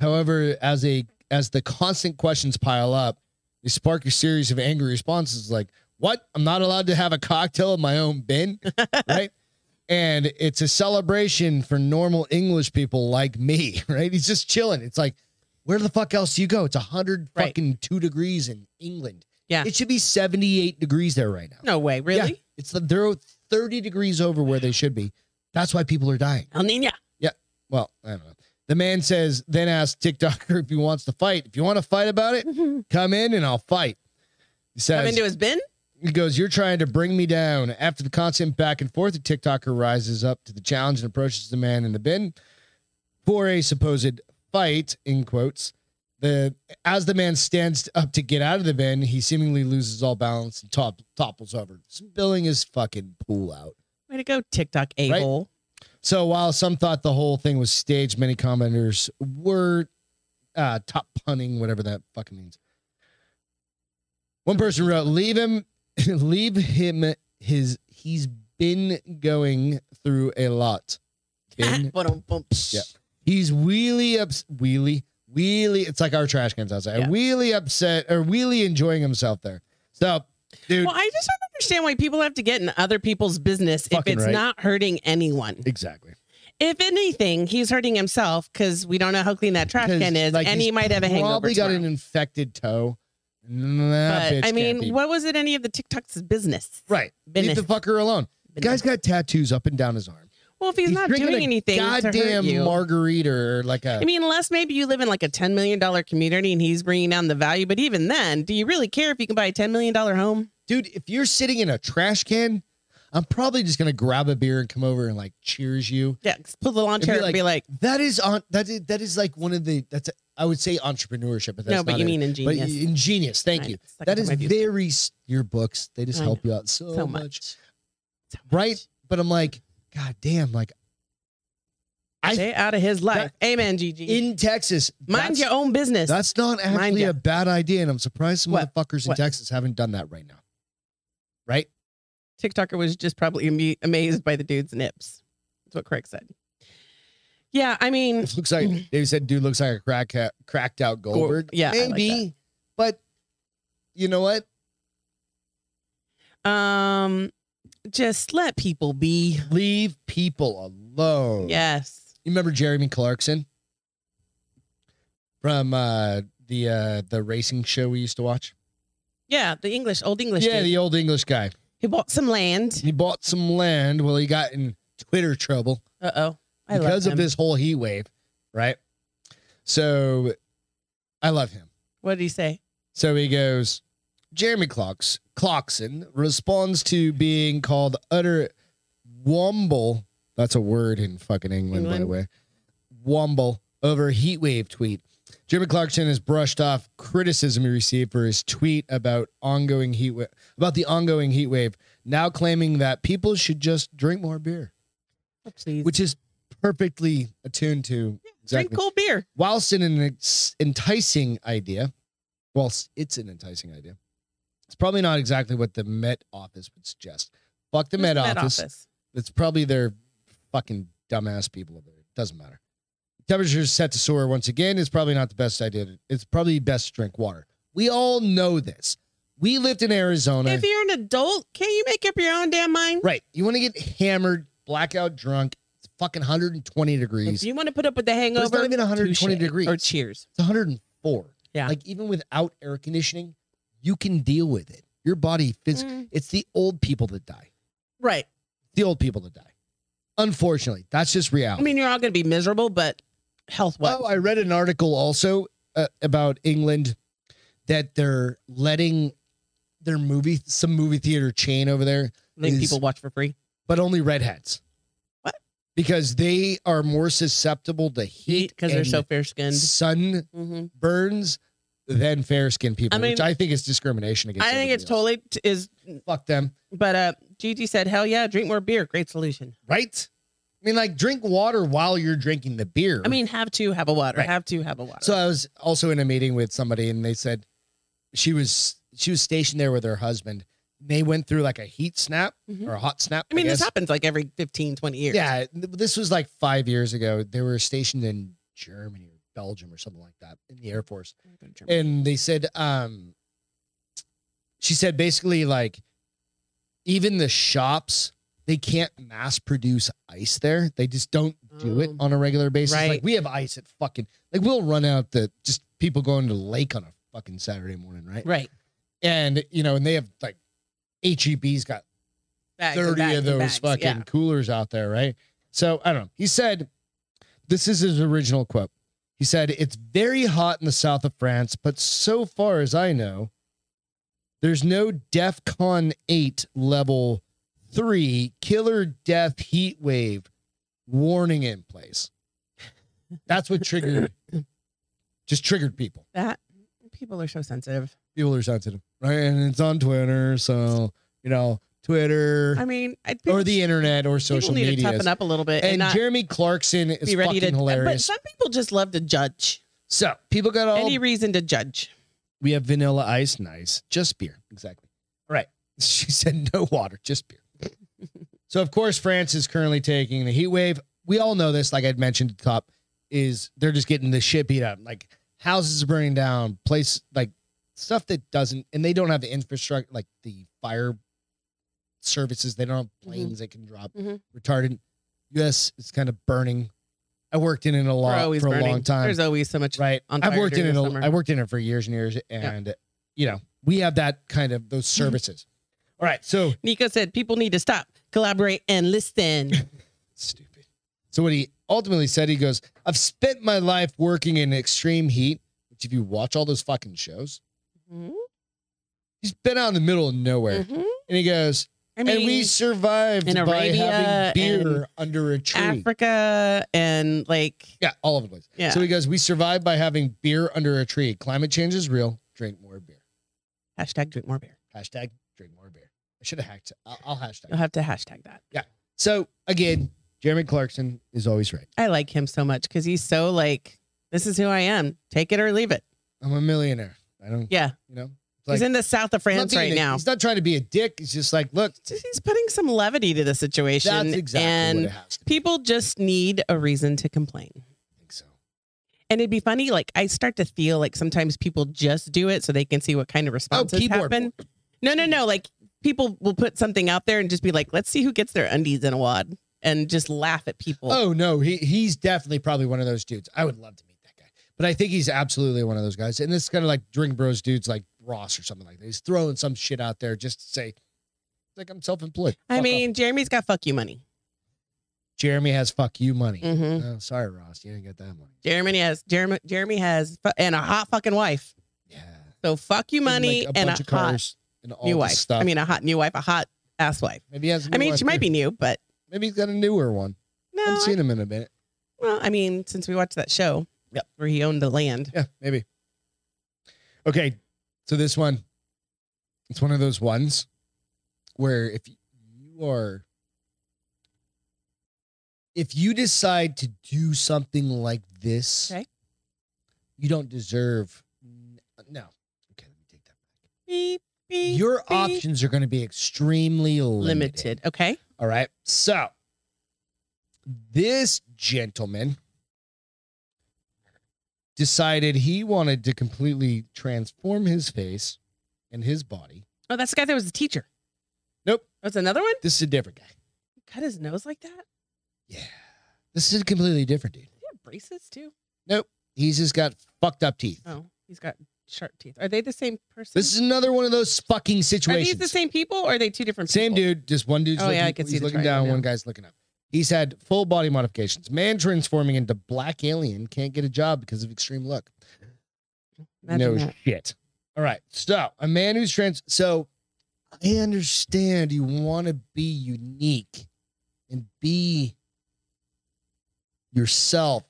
However, as a as the constant questions pile up, they spark a series of angry responses like, What? I'm not allowed to have a cocktail in my own bin? right? And it's a celebration for normal English people like me, right? He's just chilling. It's like, where the fuck else do you go? It's a hundred
Right.
fucking two degrees in England.
Yeah.
It should be 78 degrees there right now.
No way, really?
Yeah. It's the, they're 30 degrees over where they should be. That's why people are dying.
El Nino.
Well, I don't know. The man says, then asks TikToker if he wants to fight. If you want to fight about it,
Come
come in and I'll fight. He says,
into his bin?
he goes, You're trying to bring me down. After the constant back and forth, the TikToker rises up to the challenge and approaches the man in the bin for a supposed fight, in quotes. The as the man stands up to get out of the bin, he seemingly loses all balance and top, topples over, spilling his fucking pool out.
Way to go, TikTok a hole.
So while some thought the whole thing was staged, many commenters were uh, top punning, whatever that fucking means. One person wrote, "Leave him, leave him. His he's been going through a lot. Been, Yeah. he's really ups, wheelie, wheelie. It's like our trash cans outside.
Yeah.
Really upset or really enjoying himself there. So, dude,
Well, I just don't understand why people have to get in other people's business if
Fucking
it's
right.
not hurting anyone.
exactly.
If anything, he's hurting himself because we don't know how clean that trash
'Cause,
can is,
like,
and
he's
he might have a hangover.
Probably got
tomorrow.
an infected toe. That bitch
but I
can't be
mean, what was it any of the TikTok's business?
Right.
Business.
Leave the fucker alone. The guy's got tattoos up and down his arm.
well, if he's, not
drinking
doing
a
anything, to hurt
Goddamn
you.
margarita or like a.
I mean, unless maybe you live in like a ten million dollar community and he's bringing down the value. But even then, do you really care if you can buy a ten million dollar home?
dude, if you're sitting in a trash can, I'm probably just gonna grab a beer and come over and like cheers you.
Yeah, just put the lawn
It'd be
chair and
like,
be like,
That is on that is that is like one of the that's a, I would say entrepreneurship, but that's
no, but
not
you
it.
mean
but
ingenious.
ingenious. Thank
I
you.
suck
That
at
is
my views.
very s- your books. They just
I
help you out so,
so
much.
much. So much.
right? But I'm like, god damn, like I-
Stay out of his life. Amen, Gigi.
in Texas,
Mind
that's-
your own business.
That's not actually
ya.
a bad idea, and I'm surprised some
What?
motherfuckers in
What?
Texas haven't done that right now. Right?
TikToker was just probably ame- amazed by the dude's nips. That's what Craig said. Yeah, I mean,
It looks like they said, "Dude looks like a crack cracked out Goldberg."
yeah, I like
maybe, but you know what?
um, just let people be.
Leave people alone.
Yes.
You remember Jeremy Clarkson from uh, the uh, the racing show we used to watch?
Yeah, the English, old English.
yeah,
dude.
the old English guy.
he bought some land.
He bought some land. Well, he got in Twitter trouble.
Uh oh. I love
because of
him.
this whole heat wave, right? So I love him.
What did he say?
So he goes, Jeremy Clarks, Clarkson responds to being called utter womble. That's a word in fucking England, by the way. Womble over heatwave tweet. Jeremy Clarkson has brushed off criticism he received for his tweet about ongoing heat wa- about the ongoing heat wave, now claiming that people should just drink more beer,
Oopsies.
which is perfectly attuned to exactly
Drink cold beer.
whilst in an ex- enticing idea, whilst it's an enticing idea, it's probably not exactly what the Met Office would suggest. Fuck the
Just
Met, office. It's probably their fucking dumbass people over there. It doesn't matter. Temperatures set to soar once again is probably not the best idea. to- It's probably best to drink water. We all know this. We lived in Arizona.
If you're an adult, can't you make up your own damn mind?
right. You want to get hammered, blackout drunk. It's fucking 120 degrees.
If you want to put up with the hangover,
not even 120
touche.
degrees.
Or cheers.
It's 104.
Yeah.
Like even without air conditioning, you can deal with it. Your body physically.
Mm.
It's the old people that die.
Right.
The old people that die. Unfortunately, that's just reality.
I mean, you're all going to be miserable, but health wise.
Oh, I read an article also uh, about England that they're letting their movie some movie theater chain over there,
I think
is-
people watch for free.
but only redheads.
What?
Because they are more susceptible to heat
Because they're
and
so fair skinned.
sun
hmm
burns than fair skinned people,
I mean-
which I think is discrimination against.
I think
everybody
it's
else.
totally t- is,
fuck them,
but uh, Gigi said, "Hell yeah, drink more beer. Great solution."
right? I mean, like drink water while you're drinking the beer.
I mean, have two, have a water.
Right.
Have two, have a water.
so I was also in a meeting with somebody, and they said she was she was stationed there with her husband. They went through like a heat snap
Mhm.
or a hot snap.
I mean,
guess.
this happens like every 15, 20 years.
Yeah, th- this was like five years ago. They were stationed in Germany or Belgium or something like that in the Air Force. and they said um she said basically like even the shops they can't mass produce ice there they just don't do it
Oh.
on a regular basis like
Right.
we have ice at fucking like we'll run out the just people going to the lake on a fucking saturday morning right
Right.
and you know and they have like heb's got
Bags and
30
bags
of
and
those
bags.
fucking
Yeah.
coolers out there, right? So I don't know. He said, this is his original quote. He said, it's very hot in the south of France, but so far as I know, there's no DEF CON 8 level 3 killer death heat wave warning in place. That's what triggered, just triggered people.
That people are so sensitive.
People are sensitive, right? And it's on Twitter. So, you know, Twitter
I mean, I think
or the internet or
people
social
need
media.
to toughen up a little bit and,
And
not
Jeremy Clarkson is
be ready
fucking
to. But
hilarious.
some people just love to judge.
so people got all.
Any reason to judge?
we have vanilla ice, nice, just beer, exactly. All right, she said no water, just beer. so of course France is currently taking the heat wave. We all know this, like I'd mentioned at the top, is they're just getting the shit beat out. Like houses are burning down, place like stuff that doesn't, and they don't have the infrastructure, like the fire services. They don't have
Mm-hmm.
planes that can drop
Mhm.
retardant. U.S. is kind of burning. I worked in it a
We're
lot
always
for a
burning.
long time.
There's always so much.
Right.
on
I've
fire
worked in
during
it.
the
a-
summer.
I worked in it for years and years, and uh, you know we have that kind of those
Mm-hmm.
services. All right. So
Nico said people need to stop, collaborate, and listen.
stupid. So what he ultimately said, he goes, "I've spent my life working in extreme heat." Which, if you watch all those fucking shows,
Mhm.
he's been out in the middle of nowhere,
Mhm.
and he goes,
I mean,
"And we survived
in
by
Arabia
having
and
beer under a tree."
Africa and like
yeah, all over the place.
yeah.
So he goes, "We survived by having beer under a tree. Climate change is real. Drink more beer."
hashtag drink more beer.
Hashtag drink more beer. I should have hacked. I'll, I'll hashtag.
You'll have to hashtag that.
So again, Jeremy Clarkson is always right.
I like him so much because he's so like, this is who I am. Take it or leave it.
I'm a millionaire. I don't.
Yeah.
You know. It's
he's in the south of
I'm not
France
being
right
a-
now.
He's not trying to be a dick. He's just like, look,
Just- He's putting some levity to the situation.
that's exactly
and
what it has to be.
people just need a reason to complain.
I think so.
And it'd be funny, like I start to feel like sometimes people just do it so they can see what kind of responses
Oh, keyboard
happen. No, no, no. Like people will put something out there and just be like, let's see who gets their undies in a wad and just laugh at people.
Oh no, he he's definitely probably one of those dudes. I would love to meet that guy, but I think he's absolutely one of those guys. And this is kind of like drink bros dudes like Ross or something like that. He's throwing some shit out there just to say, like I'm self-employed. Fuck
I
off.
mean, Jeremy's got fuck you money.
Jeremy has fuck you money.
hmm
Oh, sorry, Ross, you didn't get that money.
Jeremy has Jeremy Jeremy has fu- and a hot fucking wife.
Yeah.
So fuck you, money,
like,
and a hot
and all
new
this
wife.
stuff.
I mean, a hot new wife, a hot ass wife.
maybe he has. a
I
new
mean,
wife
she might
too.
be new, but
Maybe he's got a newer one.
no.
I haven't
I-
seen him in a minute.
well, I mean, since we watched that show,
Yep.
where he owned the land.
Yeah, maybe. Okay, so this one, it's one of those ones where if you are, if you decide to do something like this,
Okay.
you don't deserve. n- No. Okay, let me take that.
Beep, beep.
Your
beep.
options are going to be extremely limited.
limited. Okay.
All right. So this gentleman decided he wanted to completely transform his face and his body.
Oh, that's the guy that was the teacher.
Nope.
That's another one.
This is a different guy.
Cut his nose like that.
Yeah. This is a completely different dude.
He had braces too.
He's just got fucked up teeth.
Oh, he's got sharp teeth. Are they the same person?
This is another one of those fucking
are
situations.
these the same people or are they two different?
Same
people?
dude, just one dude's
Oh,
looking,
yeah, I can
he's
see the
looking
triangle
down,
now.
one guy's looking up. He's had full body modifications. Man transforming into black alien can't get a job because of extreme luck. no
Imagine that.
shit. All right. So a man who's trans. So I understand you want to be unique and be yourself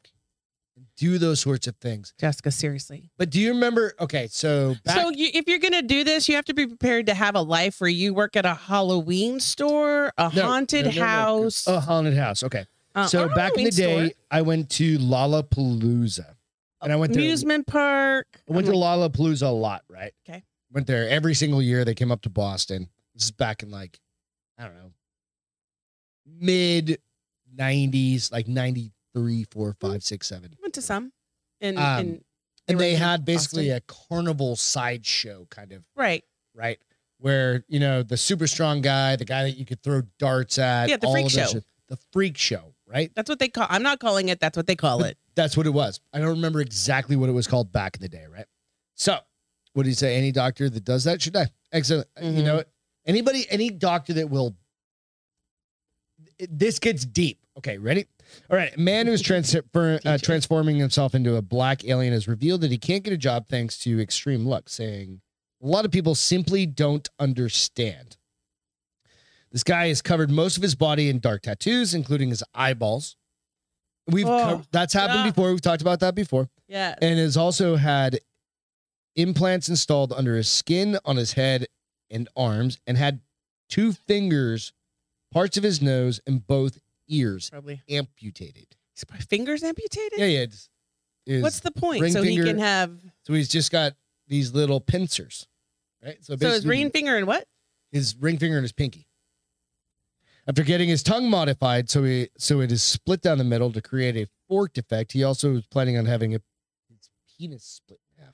and do those sorts of things.
Jessica, seriously.
But do you remember? Okay. So back,
so you, if you're gonna do this, you have to be prepared to have a life where you work at a Halloween store, a
No,
haunted
no, no, no.
house.
a haunted house. Okay.
uh,
so
or a
back in the day,
Halloween
I went to Lollapalooza and I
store,
went to
amusement park.
I went
I'm
to Lollapalooza a lot, right?
Okay.
Went there every single year. They came up to Boston. This is back in like, I don't know, mid 90s, like 93, 4, 5, 6, 7.
like- went to some, and,
Um,
and
And
Hmm. were
they
in
had basically
Boston.
a carnival sideshow kind of,
right,
right? Where, you know, the super strong guy, the guy that you could throw darts at.
Yeah, the
all
freak
of those
show.
shit. The freak show, right?
that's what they call. I'm not calling it. That's what they call
But
it.
That's what it was. I don't remember exactly what it was called back in the day, right? So, what do you say? Any doctor that does that should die. Excellent. You
Mhm.
know, anybody, any doctor that will. This gets deep. Okay, ready? All right. A man who's transfer, uh,
Teacher.
transforming himself into a black alien has revealed that he can't get a job thanks to extreme luck, saying a lot of people simply don't understand. This guy has covered most of his body in dark tattoos, including his eyeballs. We've
Oh,
cov- that's happened
yeah.
before. We've talked about that before,
Yeah,
and has also had implants installed under his skin, on his head, and arms, and had two fingers, parts of his nose, and both ears
probably.
amputated.
His fingers amputated.
Yeah, yeah. It's, it's-
What's the point?
ring
So
finger-
he can have.
so he's just got these little pincers, right? So,
So his ring finger and what?
his ring finger and his pinky. After getting his tongue modified so he so it is split down the middle to create a forked effect, he also was planning on having a, his penis split in half.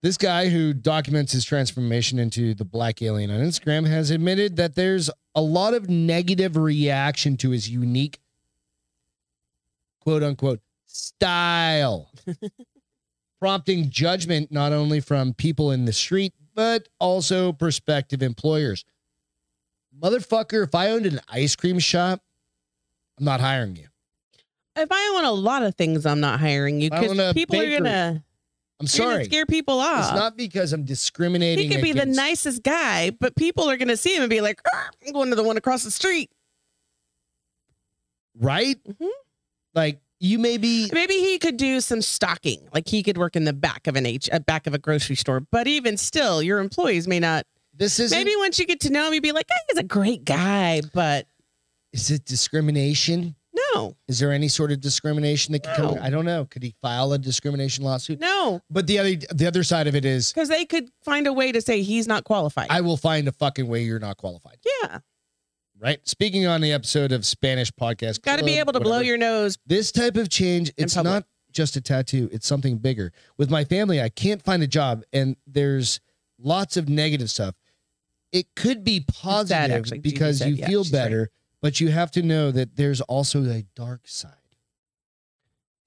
This guy who documents his transformation into the black alien on Instagram has admitted that there's a lot of negative reaction to his unique quote unquote style prompting judgment not only from people in the street, but also prospective employers. Motherfucker, if I owned an ice cream shop, I'm not hiring you.
If I own a lot of things, I'm not hiring you
If I own
because
a
people
bakery,
are gonna,
I'm
you're gonna
sorry. It's
scare people off.
not because I'm discriminating.
he could be the
against-
nicest guy, but people are gonna see him and be like, "Ah, "I'm going to the one across the street."
right?
Mhm.
Like you may be
Maybe he could do some stocking, like he could work in the back of an H, uh, back of a grocery store. But even still, your employees may not.
this isn't
Maybe once you get to know him, you'd be like, hey, "He's a great guy," but
is it discrimination?
no,
Is there any sort of discrimination that could come?
No.
I don't know. Could he file a discrimination lawsuit?
no,
But the other the other side of it is
because they could find a way to say he's not qualified.
I will find a fucking way you're not qualified.
yeah,
right? Speaking on the episode of Spanish podcast,
got to be
Club,
able to blow
whatever.
your nose.
This type of change, it's
public.
not just a tattoo; it's something bigger. With my family, I can't find a job, and there's lots of negative stuff. It could be positive
actually, Gigi
because
said,
you
yeah,
feel
she's right.
better, but you have to know that there's also a dark side.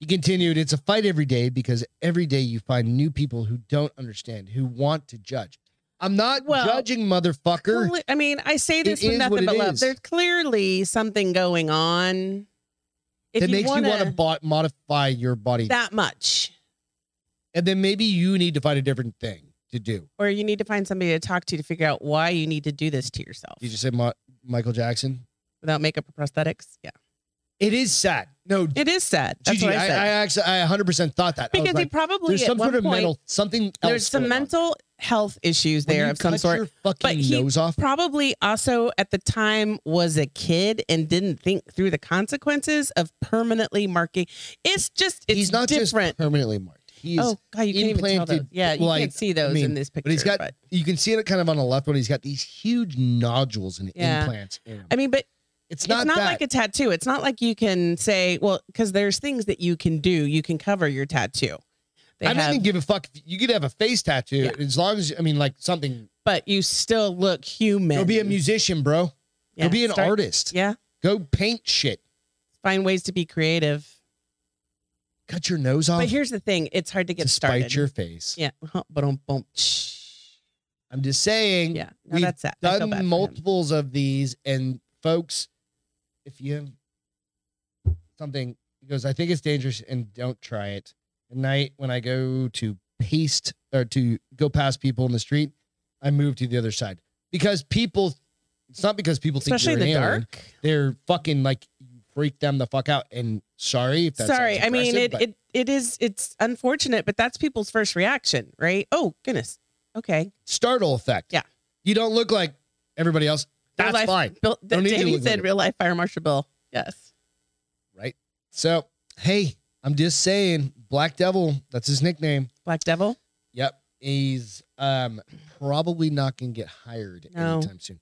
He continued, "It's a fight every day because every day you find new people who don't understand, who want to judge." I'm not
Well,
judging, motherfucker.
Cle- I mean, I say this
It
with
is what
nothing
it
but love.
is.
There's clearly something going on. If
that makes you
wanna-
want to modify your body
that much.
and then maybe you need to find a different thing to do.
Or you need to find somebody to talk to to figure out why you need to do this to yourself
Did you say Ma- Michael Jackson?
without makeup or prosthetics. Yeah.
It is sad. No,
It is sad. That's
Gigi,
what
I,
I
I actually
said.
I 100% thought that. I was
because he
like,
probably
there's
at
some
one
sort of
point,
mental something else.
there's some
going on.
mental health issues
When
there
you
of some
cut
sort.
Your fucking
But he-
nose off.
probably also at the time was a kid and didn't think through the consequences of permanently marking. It's just it's
he's not
different.
just permanently marked. He's
oh God, you can't even tell those.
implanted,
Yeah, you
like,
can't see those
I mean,
in this picture.
but he's got- you can see it kind of on the left one. He's got these huge nodules and
Yeah.
implants. In him.
I mean, but
It's
it's
not,
not,
that.
like a tattoo. It's not like you can say, well, because there's things that you can do. You can cover your tattoo. They
I don't
have,
even give a fuck. if- You could have a face tattoo
Yeah.
as long as I mean, like something.
but you still look human.
Go be a musician, bro.
Yeah,
go be an
start-
artist.
Yeah,
Go paint shit.
find ways to be creative.
Cut your nose off
But here's the thing: it's hard to get
to spite
started.
your face.
yeah, uh-huh, but on bump.
I'm just saying.
Yeah, no,
We've
that's it. I feel bad for
done
him.
multiples of these, and folks, if you have something, he goes, I think it's dangerous, and don't try it. At night, when I go to paste or to go past people in the street, I move to the other side because people. It's not because people
especially in
think
the
you're an alien.
dark.
They're fucking like you freak them the fuck out. And sorry if that's
Sorry, I mean it, it. It is. It's unfortunate, but that's people's first reaction, right? Oh goodness. Okay.
startle effect.
Yeah.
you don't look like everybody else. That's
life-
fine.
Bill,
Don't need to
Jamie
look like
said,
it.
"Real life fire marshal Bill." Yes.
right? So, hey, I'm just saying, Black Devil, that's his nickname.
Black Devil.
Yep. He's um probably not gonna get hired
No.
anytime soon.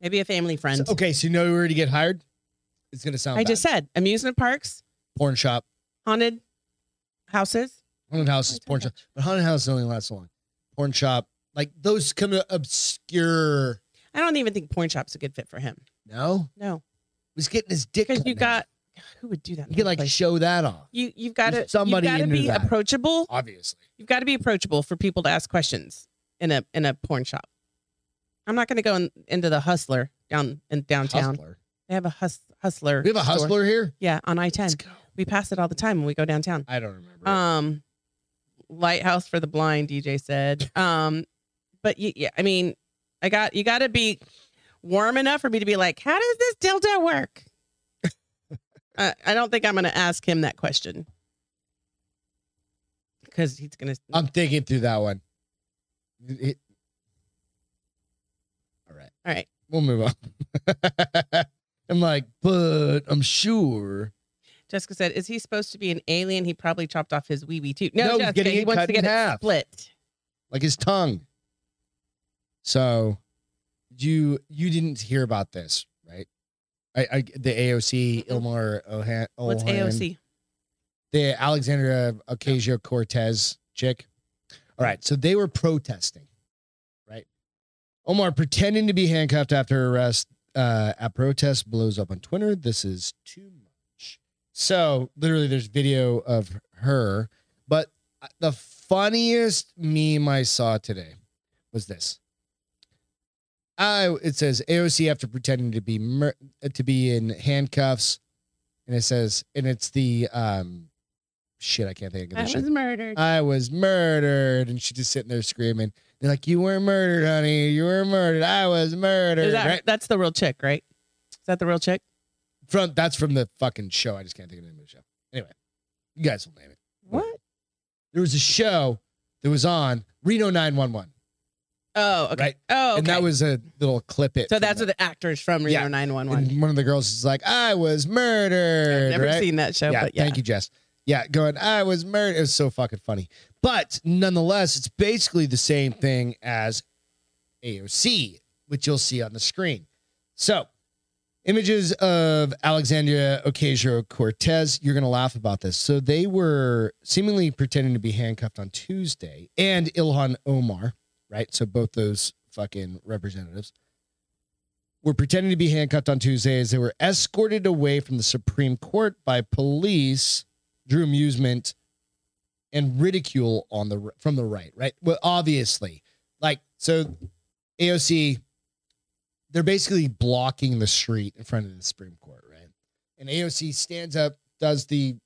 Maybe a family friend.
So- okay, so you know where to get hired? It's gonna sound
I just said amusement parks,
porn shop.
haunted houses.
Haunted house is porn shop. But haunted house only lasts so long. Porn shop, like those kind of obscure
I don't even think porn shop's a good fit for him.
no?
No,
He's getting his dick.
because
cut
you
in
got
half.
who would do that?
you can like
place?
show that off,
you you've got to
somebody
you've got to
into
be
that.
approachable.
obviously.
You've got to be approachable for people to ask questions in a in a porn shop. I'm not going to go in, into the hustler down in downtown.
Hustler.
They have a hus- hustler.
We have a
store.
hustler here?
Yeah, on
Let's
I-10.
go.
We pass it all the time when we go downtown.
I don't remember.
Um, lighthouse for the blind. DJ said. Um, but you, yeah, I mean, I got you. Got to be warm enough for me to be like, how does this dildo work? I, I don't think I'm going to ask him that question because he's going to.
I'm thinking through that one. It- all right.
All right.
We'll move on. I'm like, but I'm sure.
Jessica said, "Is he supposed to be an alien? He probably chopped off his wee wee too. No,
he's
Jessica,
getting
he
it
wants
cut
to get
in
it
half,
split.
like his tongue. So, you you didn't hear about this, right? I, I the AOC Ilmar O'Han.
What's
O'Han-
AOC?
The Alexandria Ocasio Cortez chick. All right, so they were protesting, right? Omar pretending to be handcuffed after arrest uh, at protest blows up on Twitter. This is too much. So literally, there's video of her, but uh, the funniest meme I saw today was this. I it says AOC after pretending to be mer- to be in handcuffs, and it says and it's the um shit I can't think of
I
the shit.
was murdered.
I was murdered. And she's just sitting there screaming. They're like, You weren't murdered, honey. You were murdered. I was murdered.
Is that,
right?
That's the real chick, right? Is that the real chick?
From that's from the fucking show. I just can't think of the name of the show. Anyway, you guys will name it.
What?
There was a show that was on Reno 911.
Oh, okay.
Right.
Oh, okay.
And that was a little clip it.
so
from
that's
that.
what the actors from Reno
Yeah. And
911.
one of the girls is like, I was murdered.
I've never
right?
seen that show,
yeah,
but yeah.
Thank you, Jess. Yeah, going, I was murdered. It's so fucking funny. But nonetheless, it's basically the same thing as AOC, which you'll see on the screen. So, images of Alexandria Ocasio Cortez. You're going to laugh about this. So, they were seemingly pretending to be handcuffed on Tuesday, and Ilhan Omar, right? So, both those fucking representatives were pretending to be handcuffed on Tuesday as they were escorted away from the Supreme Court by police, drew amusement and ridicule on the from the right, right? Well, obviously, like so, AOC, they're basically blocking the street in front of the Supreme Court, right? And AOC stands up, does the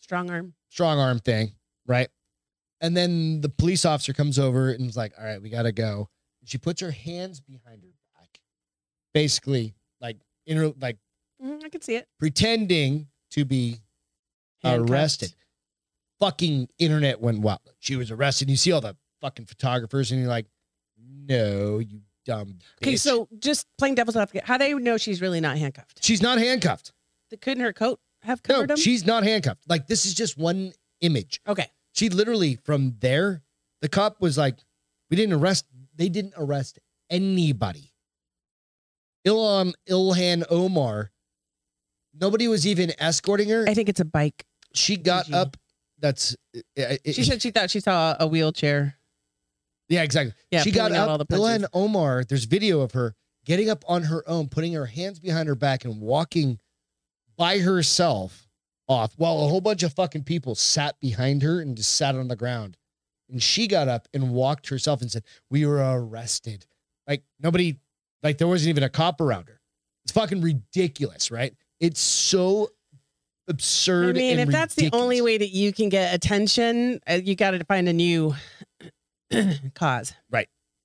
Strong arm.
strong arm thing, right? And then the police officer comes over and is like, all right, we got to go. She puts her hands behind her back, basically like in her, like
Mm, I can see it.
pretending to be
Handcuffed.
arrested. Fucking internet went wild. She was arrested. You see all the fucking photographers and you're like, no, you dumb.
Okay,
bitch.
so just playing devil's advocate, how do they know she's really not handcuffed?
she's not handcuffed.
Couldn't her coat have
No,
covered them?
she's not handcuffed. Like this is just one image.
okay,
She literally from there, the cop was like, "We didn't arrest. They didn't arrest anybody." Ilham Ilhan Omar. Nobody was even escorting her.
I think it's a bike.
She got
Gee.
up. That's uh, I- I-
She said she thought she saw a wheelchair.
yeah, exactly.
Yeah,
she got
pulling out
up.
all the punches.
Ilhan Omar. There's video of her getting up on her own, putting her hands behind her back, and walking by herself off, while a whole bunch of fucking people sat behind her and just sat on the ground. And she got up and walked herself and said, "We were arrested." Like nobody, like there wasn't even a cop around her. It's fucking ridiculous, right? It's so
I
absurd.
mean,
and
if that's the only
ridiculous.
way that you can get attention, uh, you got to find a new cause.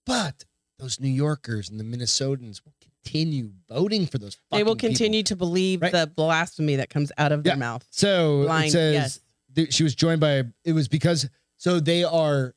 But those New Yorkers and the Minnesotans will continue voting for those.
they will
fucking people.
continue to believe
Right.
the blasphemy that comes out of
Yeah.
their mouth.
So
Lying,
it says
yes.
that she was joined by. It was because so they are,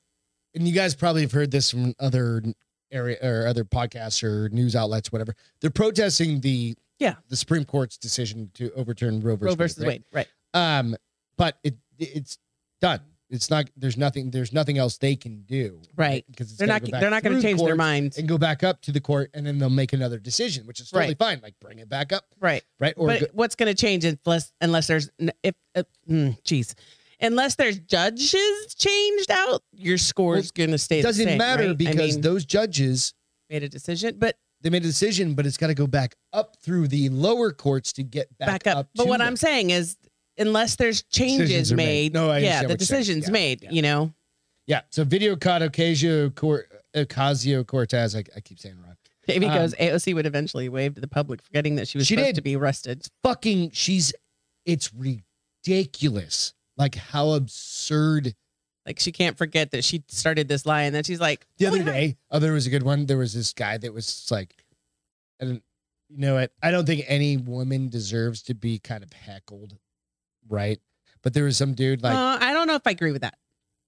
and you guys probably have heard this from other area or other podcasts or news outlets, whatever. They're protesting the
Yeah.
the Supreme Court's decision to overturn Roe versus,
Roe versus
right?
Wade. Right.
Um, but it it's done. It's not. There's nothing. There's nothing else they can do.
Right.
Because it's
They're
gotta
not.
go back
they're not going to
through
change their
court
minds.
and go back up to the court and then they'll make another decision, which is totally
Right.
fine. Like bring it back up,
Right.
right? Or
but
go-
what's going to change unless unless there's n- if uh, mm, jeez unless there's judges changed out your score is going to stay
it
the
doesn't
same,
matter
right? I
because
mean,
those judges
made a decision but
they made a decision, but it's got to go back up through the lower courts to get back,
back up, but
to
what
them.
i'm saying is unless there's changes
Decisions are made.
made,
No, I
yeah
understand
the
what you're saying.
decisions
Yeah,
made
yeah.
you know
yeah. So video caught Ocasio Cor- Ocasio Cortez. I, I keep saying it wrong.
Davey
Um,
goes aoc would eventually waive to the public forgetting that she was
She
supposed
did.
to be arrested
Fucking, she's it's ridiculous. Like how absurd
like she can't forget that she started this lie and then she's like
the
"Oh
other
my God."
day, oh, there was a good one. There was this guy that was just like, I don't, you know what? I don't think any woman deserves to be kind of heckled, right? But there was some dude like,
Uh, i don't know if i agree with that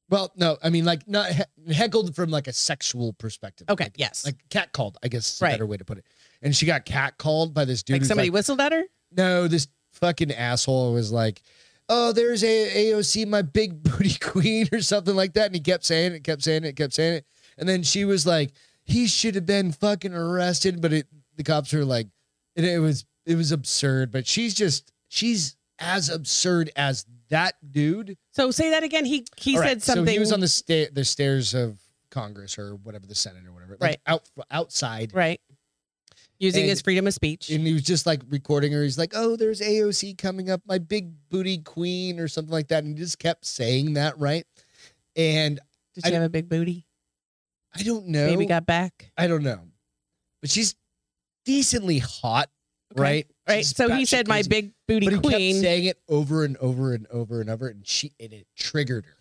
well, no, I mean like not he- heckled from like a sexual perspective.
okay
like,
yes like,
like catcalled, I guess is a
Right.
better way to put it. And she got catcalled by this dude. who's
somebody whistled at her
no, this fucking asshole was like, oh, there's a AOC, my big booty queen, or something like that. And he kept saying it, kept saying it, kept saying it. And then she was like, he should have been fucking arrested. But it, the cops were like, and it was, it was absurd. But she's just, she's as absurd as that dude.
so say that again he he
All
said
right,
something
So he was on the, sta- the stairs of Congress or whatever, the Senate or whatever, like
Right.
out, outside.
Right. Using
And-
his freedom of speech.
and he was just like recording her. He's like, "Oh, there's AOC coming up, my big booty queen, or something like that," and he just kept saying that, right? And
Did she
I-
have a big booty?
I don't know,
Baby got back.
I don't know, but she's decently hot,
Okay.
right?
Right.
She's
so he
batshit
said my
crazy."
big booty
but he kept
queen.
saying it over and over and over and over, and she and it triggered her.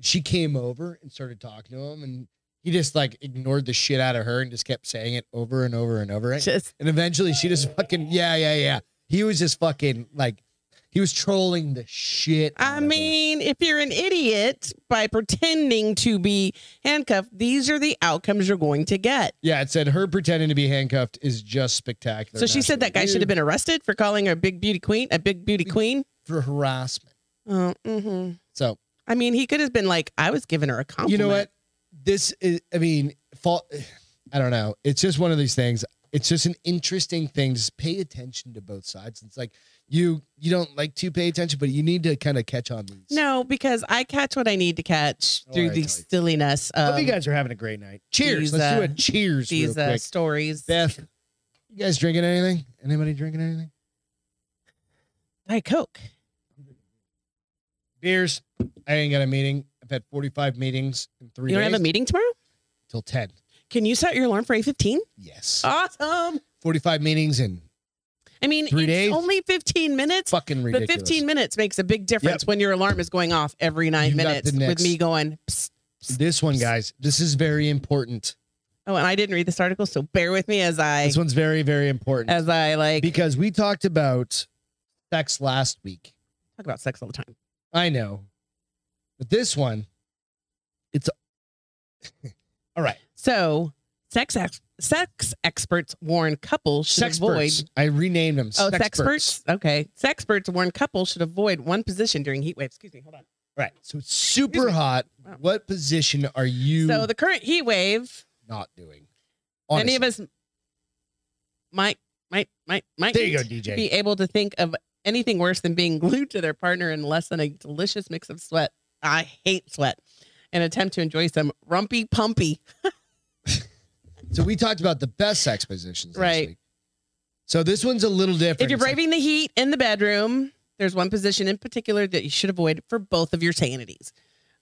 She came over and started talking to him, and he just like ignored the shit out of her and just kept saying it over and over and over.
just
And eventually she just fucking, yeah, yeah, yeah. He was just fucking like, he was trolling the shit. out
I
of her.
mean, if you're an idiot by pretending to be handcuffed, these are the outcomes you're going to get.
yeah, it said her pretending to be handcuffed is just spectacular.
So she said that guy should have been arrested for calling her a big beauty queen, a big beauty queen.
for harassment.
Oh, hmm
So,
I mean, he could have been like, I was giving her a compliment.
you know what? This is, I mean, fault, I don't know. It's just one of these things. It's just an interesting thing. Just pay attention to both sides. It's like you you don't like to pay attention, but you need to kind of catch on these.
No, because I catch what I need to catch
Oh,
through
I
the
tell you.
silliness of
Hope you guys are having a great night. Cheers.
These,
Let's do
uh,
a cheers. real
these uh,
quick.
stories.
Beth, you guys drinking anything? Anybody drinking anything?
Diet Coke.
Beers. I ain't got a meeting. I've had 45 meetings in three
You don't
days
have a meeting tomorrow?
till 10.
Can you set your alarm for 8:15?
Yes.
Awesome.
45 meetings in
I mean,
Three
it's
days?
only 15 minutes,
Fucking ridiculous.
but 15 minutes makes a big difference when your alarm is going off every nine
You got
minutes
the
with
next-
me going, Psst.
This one, guys, this is very important.
oh, and I didn't read this article. So bear with me as I,
This one's very, very important
as I like
because we talked about sex last week.
talk about sex all the time.
I know, but this one, it's all right.
So sex, ex- sex experts warn couples should avoid
Sexperts. I renamed them.
Oh, sexperts. Okay, sexperts warn couples should avoid one position during heat waves. Excuse me. Hold on.
All right. So it's super
me.
hot.
Wow.
What position are you
So the current heat wave,
not doing?
many of us might, might, might, might
There you go, DJ.
be able to think of anything worse than being glued to their partner in less than a delicious mix of sweat. I hate sweat. An attempt to enjoy some rumpy pumpy.
So we talked about the best sex positions. last
Right.
week. So this one's a little different.
If you're
It's like-
braving the heat in the bedroom, there's one position in particular that you should avoid for both of your sanities.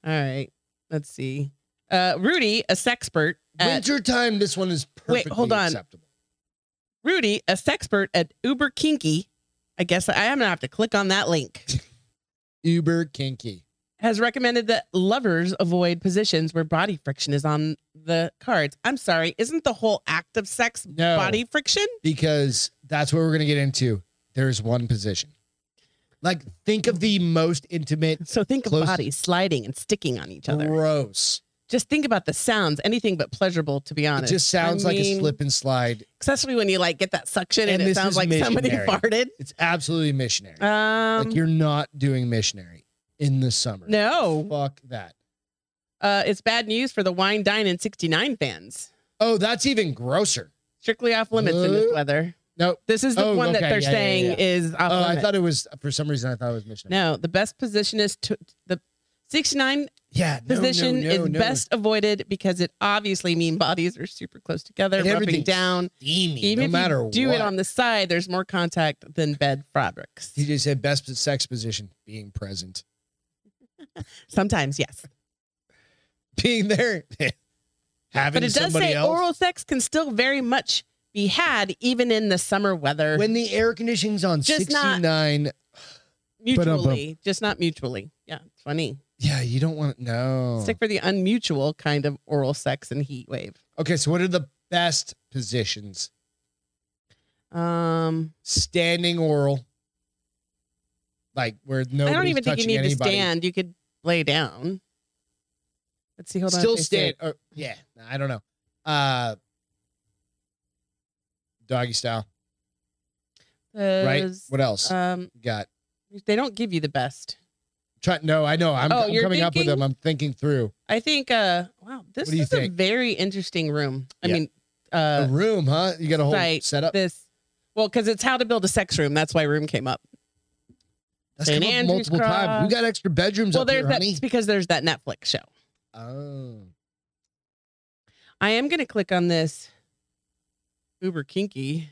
All right, let's see. Uh, Rudy, a sexpert at
Wintertime, this one is
uh, Wait,
perfectly
hold on.
acceptable.
Rudy, a sexpert at Uber Kinky, I guess I am gonna have to click on that link,
Uber kinky.
has recommended that lovers avoid positions where body friction is on the cards. I'm sorry, isn't the whole act of sex
No,
body friction?
because that's what we're going to get into. There's one position. Like, think of the most intimate,
So think of
Close-
bodies sliding and sticking on each other.
gross.
Just think about the sounds, anything but pleasurable, to be
It
honest.
just sounds
I
like a
mean,
slip and slide.
Especially when you like get that suction and,
And
it
this
sounds
is
like somebody farted.
missionary. It's absolutely missionary.
Um,
like, you're not doing missionary in the summer.
no,
Fuck that.
uh, it's bad news for the wine dine and 69 fans.
Oh, that's even grosser.
strictly off limits in this
What?
weather.
Nope.
This is the
Oh,
one that
okay.
they're
Yeah, yeah,
saying
yeah.
is off
Oh, I
limits.
thought it was, for some reason, I thought it was missionary.
no, the best position is to, the 69
Yeah. no, no,
position
no,
is
no.
best avoided because it obviously mean bodies are super close together,
And
rubbing
everything's
down.
Steamy,
Even
no
if
matter
you do
what.
it on the side, there's more contact than bed fabrics.
He just said best sex position being present.
Sometimes, yes.
Being there, having
But it does
somebody
say
else.
oral sex can still very much be had even in the summer weather
when the air conditioning's on
Just not-
69, Ba-dum-bum.
mutually, just not mutually. Yeah, it's funny.
yeah, you don't want no.
Stick for the unmutual kind of oral sex and heat wave.
Okay, so what are the best positions?
Um,
Standing oral, like where nobody's
I don't even think
touching
you need
anybody.
to stand. You could lay down. Let's see. Hold on.
Still
if they say
stand.
it.
Or, yeah, I don't know. Uh, doggy style, right?
Says,
What else
Um,
you got?
they don't give you the best.
Try, no, I know. I'm,
Oh,
I'm
you're
coming up with
thinking-
them. I'm thinking through
I think. Uh, wow, this
What do you
is a
think?
very interesting room. I
Yeah.
mean,
a
uh,
room, huh? You got a whole
right,
setup.
this. Well, because it's how to build a sex room. That's why room came up.
That's
St.
come up
Andrew's
multiple times.
Cross.
We got extra bedrooms
well,
up here,
there's that.
honey.
It's because there's that Netflix show.
oh,
I am going to click on this Uber Kinky.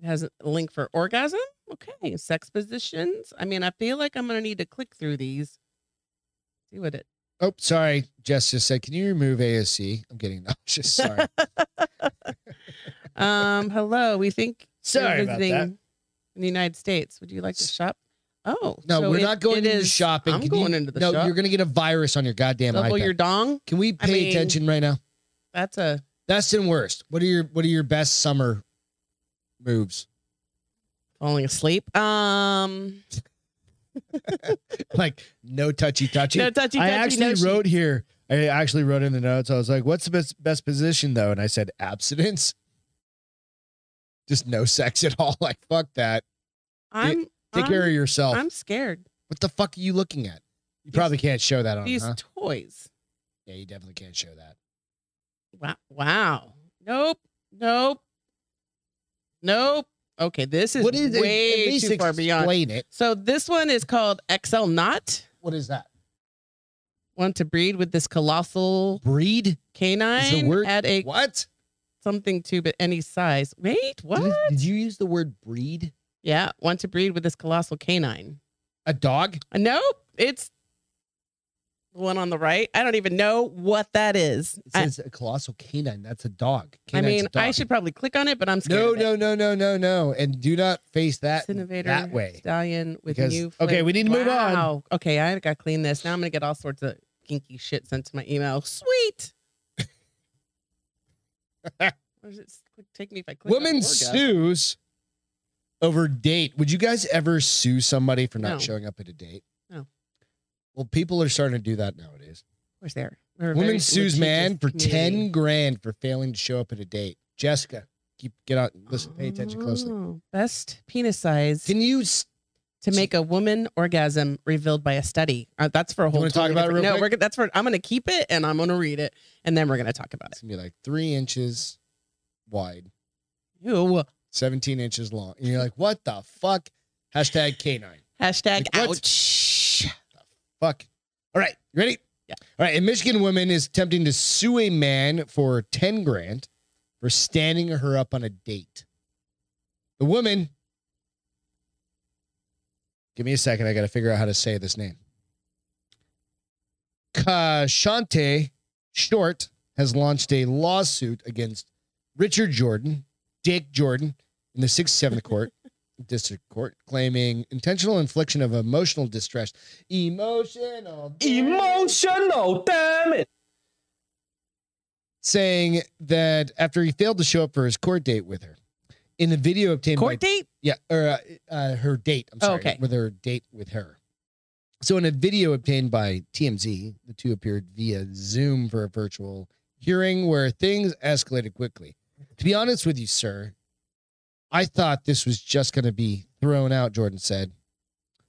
It has a link for orgasm. Okay. Sex positions. I mean, I feel like I'm going to need to click through these. See what it.
oh, sorry. Jess just said, "Can you remove ASC?" I'm getting nauseous. Sorry,
Um, hello. We think you're
sorry about
visiting
that.
in the United States. Would you like to shop? Oh,
No,
so
we're
it-
not going
it
into
is-
shopping.
I'm
Can
going
you-
into the
no,
shop.
you're gonna get a virus on your goddamn
Double
iPad.
your dong.
Can we
I
pay
mean-
attention right now?
That's a
Best and worst. What are your What are your best summer moves?
falling asleep. Um,
Like no touchy touchy.
no touchy touchy.
I actually
no she-
wrote here. I actually wrote in the notes. I was like, "What's the best best position though?" And I said abstinence. Just no sex at all. Like fuck that.
I'm,
Take
I'm,
care of yourself.
I'm scared.
what the fuck are you looking at? You probably can't show that on.
These
Huh?
toys.
Yeah, you definitely can't show that.
Wow. Wow. Nope. Nope. Nope. Okay, this is,
What is it? At
way
least
too far beyond.
Explain it.
So this one is called XL Knot.
What is that?
Want to breed with this colossal
Breed?
canine
word-
at a
What?
something tube at any size. Wait, what?
Did, did you use the word breed?
Yeah, want to breed with this colossal canine.
A dog?
Uh, Nope. It's Uh, The one on the right. I don't even know what that is.
It
I,
says a colossal canine. That's a dog.
I
Canine's
mean,
a dog.
I should probably click on it, but I'm scared.
No,
of it.
no, no, no, no, no. And do not face that
Cinnovator
that way.
stallion with
Because-
new.
okay, we need to move on.
on. Okay, I gotta clean this. Now I'm gonna get all sorts of kinky shit sent to my email. Sweet. Where does it s- click- take me if I click? on
Woman
orgasm?
sues over date. Would you guys ever sue somebody for not
No.
showing up at a date?
No.
Well, people are starting to do that nowadays.
Where's there? We're a very
Woman sues man for
litigious community.
ten grand for failing to show up at a date. Jessica, keep get on. Listen, pay attention closely.
Oh, Best penis size
Can you? s-
to make a woman orgasm revealed by a study. Uh, that's for a whole.
wanna talk
totally
about it real
different- No,
quick?
we're, gonna- that's for. I'm gonna keep it and I'm gonna read it and then we're gonna talk about
It's gonna be like three inches wide,
it. Ew.
seventeen inches long, and you're like, what the fuck? Hashtag canine.
Hashtag
Like, what?
ouch.
Fuck. All right, you ready?
Yeah.
All right, a Michigan woman is attempting to sue a man for 10 grand for standing her up on a date. The woman Give me a second. I got to figure out how to say this name. Kashante Short has launched a lawsuit against Richard Jordan, Dick Jordan, in the 6th 7th Court, District Court, claiming intentional infliction of emotional distress. Emotional.
Emotional, damn it.
Saying that after he failed to show up for his court date with her. In a video obtained by
Court date.
Yeah, or uh, uh, her date. I'm
Oh,
sorry,
okay.
with her date with her. So, in a video obtained by TMZ, the two appeared via Zoom for a virtual hearing where things escalated quickly. To be honest with you, sir, I thought this was just going to be thrown out. Jordan said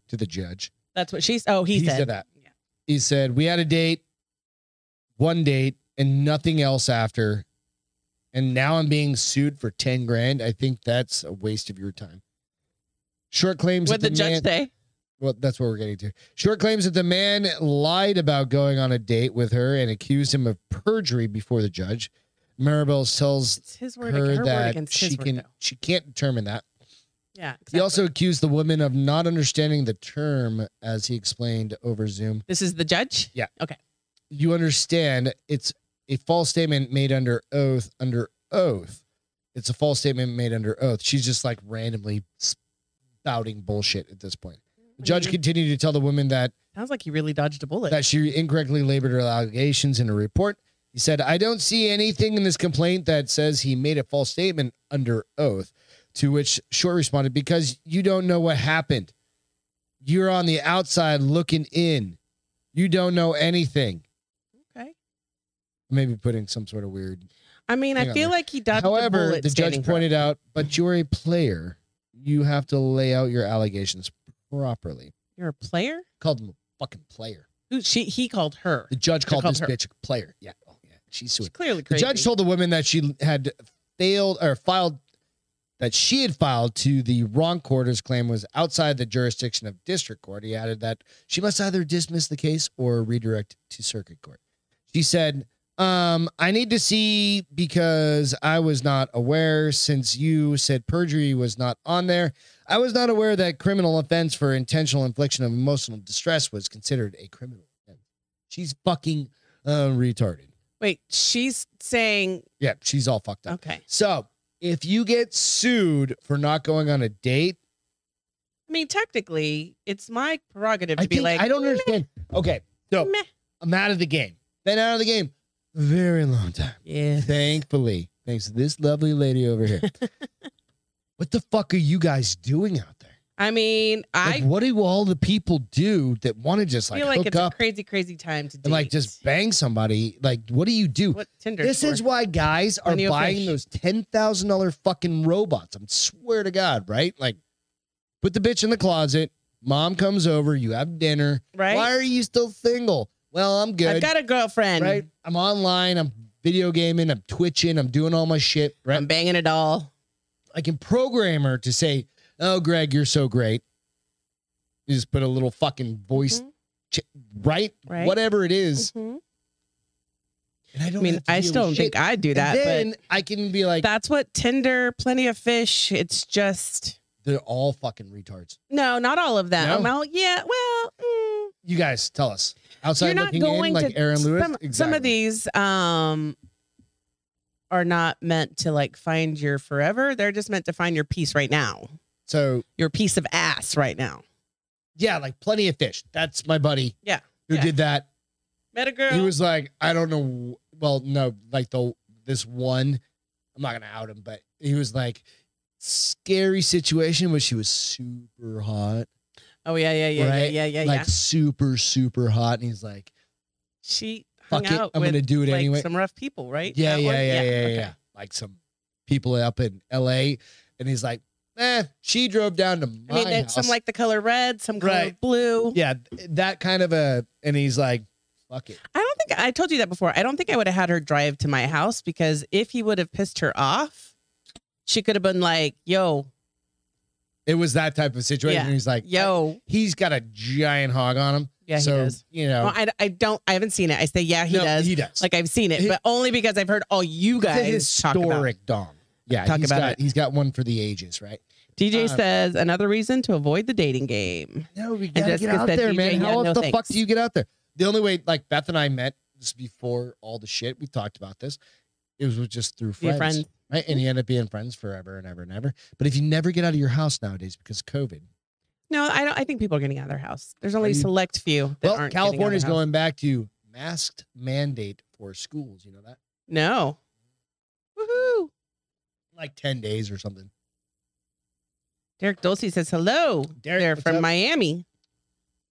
to the judge.
That's what she's. Oh, he, said.
that.
Yeah.
He said we had a date, one date, and nothing else after. And now I'm being sued for ten grand. I think that's a waste of your time. Short claims.
What
that
the judge
man-
say?
Well, that's what we're getting to. Short claims that the man lied about going on a date with her and accused him of perjury before the judge. Maribel tells
It's his
her,
word, ag- her word
that
against
she
his word.
can
though.
she can't determine that.
Yeah. Exactly.
He also accused the woman of not understanding the term, as he explained over Zoom.
This is the judge.
you understand it's a false statement made under oath under oath it's a false statement made under oath she's just like randomly spouting bullshit at this point the judge continued to tell the woman that
Sounds like he really dodged a bullet.
that she incorrectly labored her allegations in a report he said i don't see anything in this complaint that says he made a false statement under oath to which short responded because you don't know what happened you're on the outside looking in you don't know anything
okay.
maybe putting some sort of weird.
I mean,
Hang
I
on
feel like he dodged a
However,
bullet.
the judge
standing her.
pointed out, but you're a player. You have to lay out your allegations properly.
"You're a player."
Called him a fucking player.
Who she? He called her.
The judge called,
called
this
her.
bitch a player. Yeah. Oh, yeah. She's
She's
suing.
clearly
The
crazy.
judge told the woman that she had failed or filed that she had filed to the wrong court whose claim was outside the jurisdiction of district court. He added that she must either dismiss the case or redirect it to circuit court. She said, um, I need to see because I was not aware since you said perjury was not on there. I was not aware that criminal offense for intentional infliction of emotional distress was considered a criminal offense. She's fucking uh, retarded.
Wait, she's saying,
Yeah, she's all fucked up.
"Okay."
So if you get sued for not going on a date,
I mean, technically, it's my prerogative to
I
be
think
like,
I don't understand. Okay, so
Meh.
I'm out of the game. Been out of the game very long time.
"Yeah."
Thankfully, thanks to this lovely lady over here. what the fuck are you guys doing out there?
I mean,
Like,
I
what do all the people do that want to just like
feel like,
hook
it's
up
a crazy, crazy time to date.
and like just bang somebody? Like, what do you do?
what Tinder?
This
for?
is why guys are
Plenty of
buying
fish.
those ten thousand dollar fucking robots. I swear to God, right? Like, put the bitch in the closet. Mom comes over. You have dinner.
right.
Why are you still single? Well, I'm good.
I've got a girlfriend.
right. I'm online. I'm video gaming. I'm twitching. I'm doing all my shit. Right.
I'm banging it all.
I can program her to say, "Oh, Greg, you're so great." You just put a little fucking voice,
Mhm.
ch- right?
Right.
Whatever it is.
Mhm.
And I
I
don't.
mean,
have to
I
deal
still
with
don't
shit.
think I do that.
and
but
then I can be like,
that's what Tinder, plenty of fish. It's just
they're all fucking retards.
no, not all of them.
No?
Well, yeah, well, mm,
You guys tell us. outside
you're not
looking
going
in, like
to
Aaron Lewis.
Some, some of these um are not meant to like find your forever. They're just meant to find your piece right now.
So
Your piece of ass right now.
yeah, like plenty of fish. That's my buddy.
Yeah,
who
yeah.
did that?
Met a girl.
He was like, I don't know. Well, no, like the this one. I'm not gonna out him, but he was like, scary situation, but she was super hot,
oh yeah, yeah, yeah,
Right?
yeah, yeah, yeah,
like
yeah.
super super hot, and he's like,
She hung
fuck it,
out
I'm
with
gonna do it
like
anyway.
some rough people, right?
Yeah,
That
yeah,
one?
yeah, yeah, yeah,
okay.
yeah. Like some people up in L.A. and he's like, eh, she drove down to my
I mean, that-
house.
some like the color red, some color
Right.
blue.
yeah, that kind of a, and he's like, fuck it.
I don't think I told you that before. I don't think I would have had her drive to my house because if he would have pissed her off, she could have been like, "Yo,
It was that type of situation.
Yeah.
And he's like,
yo,
he's got a giant hog on him.
yeah,
so,
he does."
You know,
Well, I, I don't. I haven't seen it. I say, "Yeah, he
no,
does."
He does.
like I've seen it,
He-
but only because I've heard all you
It's a
guys talk about. it.
historic dom. Yeah,
Talk
he's
about
got,
it.
He's got one for the ages, right?
DJ
Uh,
says another reason to avoid the dating game.
No, we
gotta
gotta
just
get
get
out
that
there,
DJ,
man.
yeah,
How
no
the fuck
thanks.
do you get out there? The only way, like Beth and I met just before all the shit we talked about this, it was just through
Be a
friends,
friend.
right? And you end up being friends forever and ever and ever. But if you never get out of your house nowadays because of COVID,
No, I don't. I think people are getting out of their house. There's
Are
only a
you-
select few that
well,
aren't. getting out of
California's
their house.
going back to masked mandate for schools. You know that,
No. Woohoo!
like ten days or something.
Derek Dulce says hello.
Derek,
They're
what's
from
up?
Miami.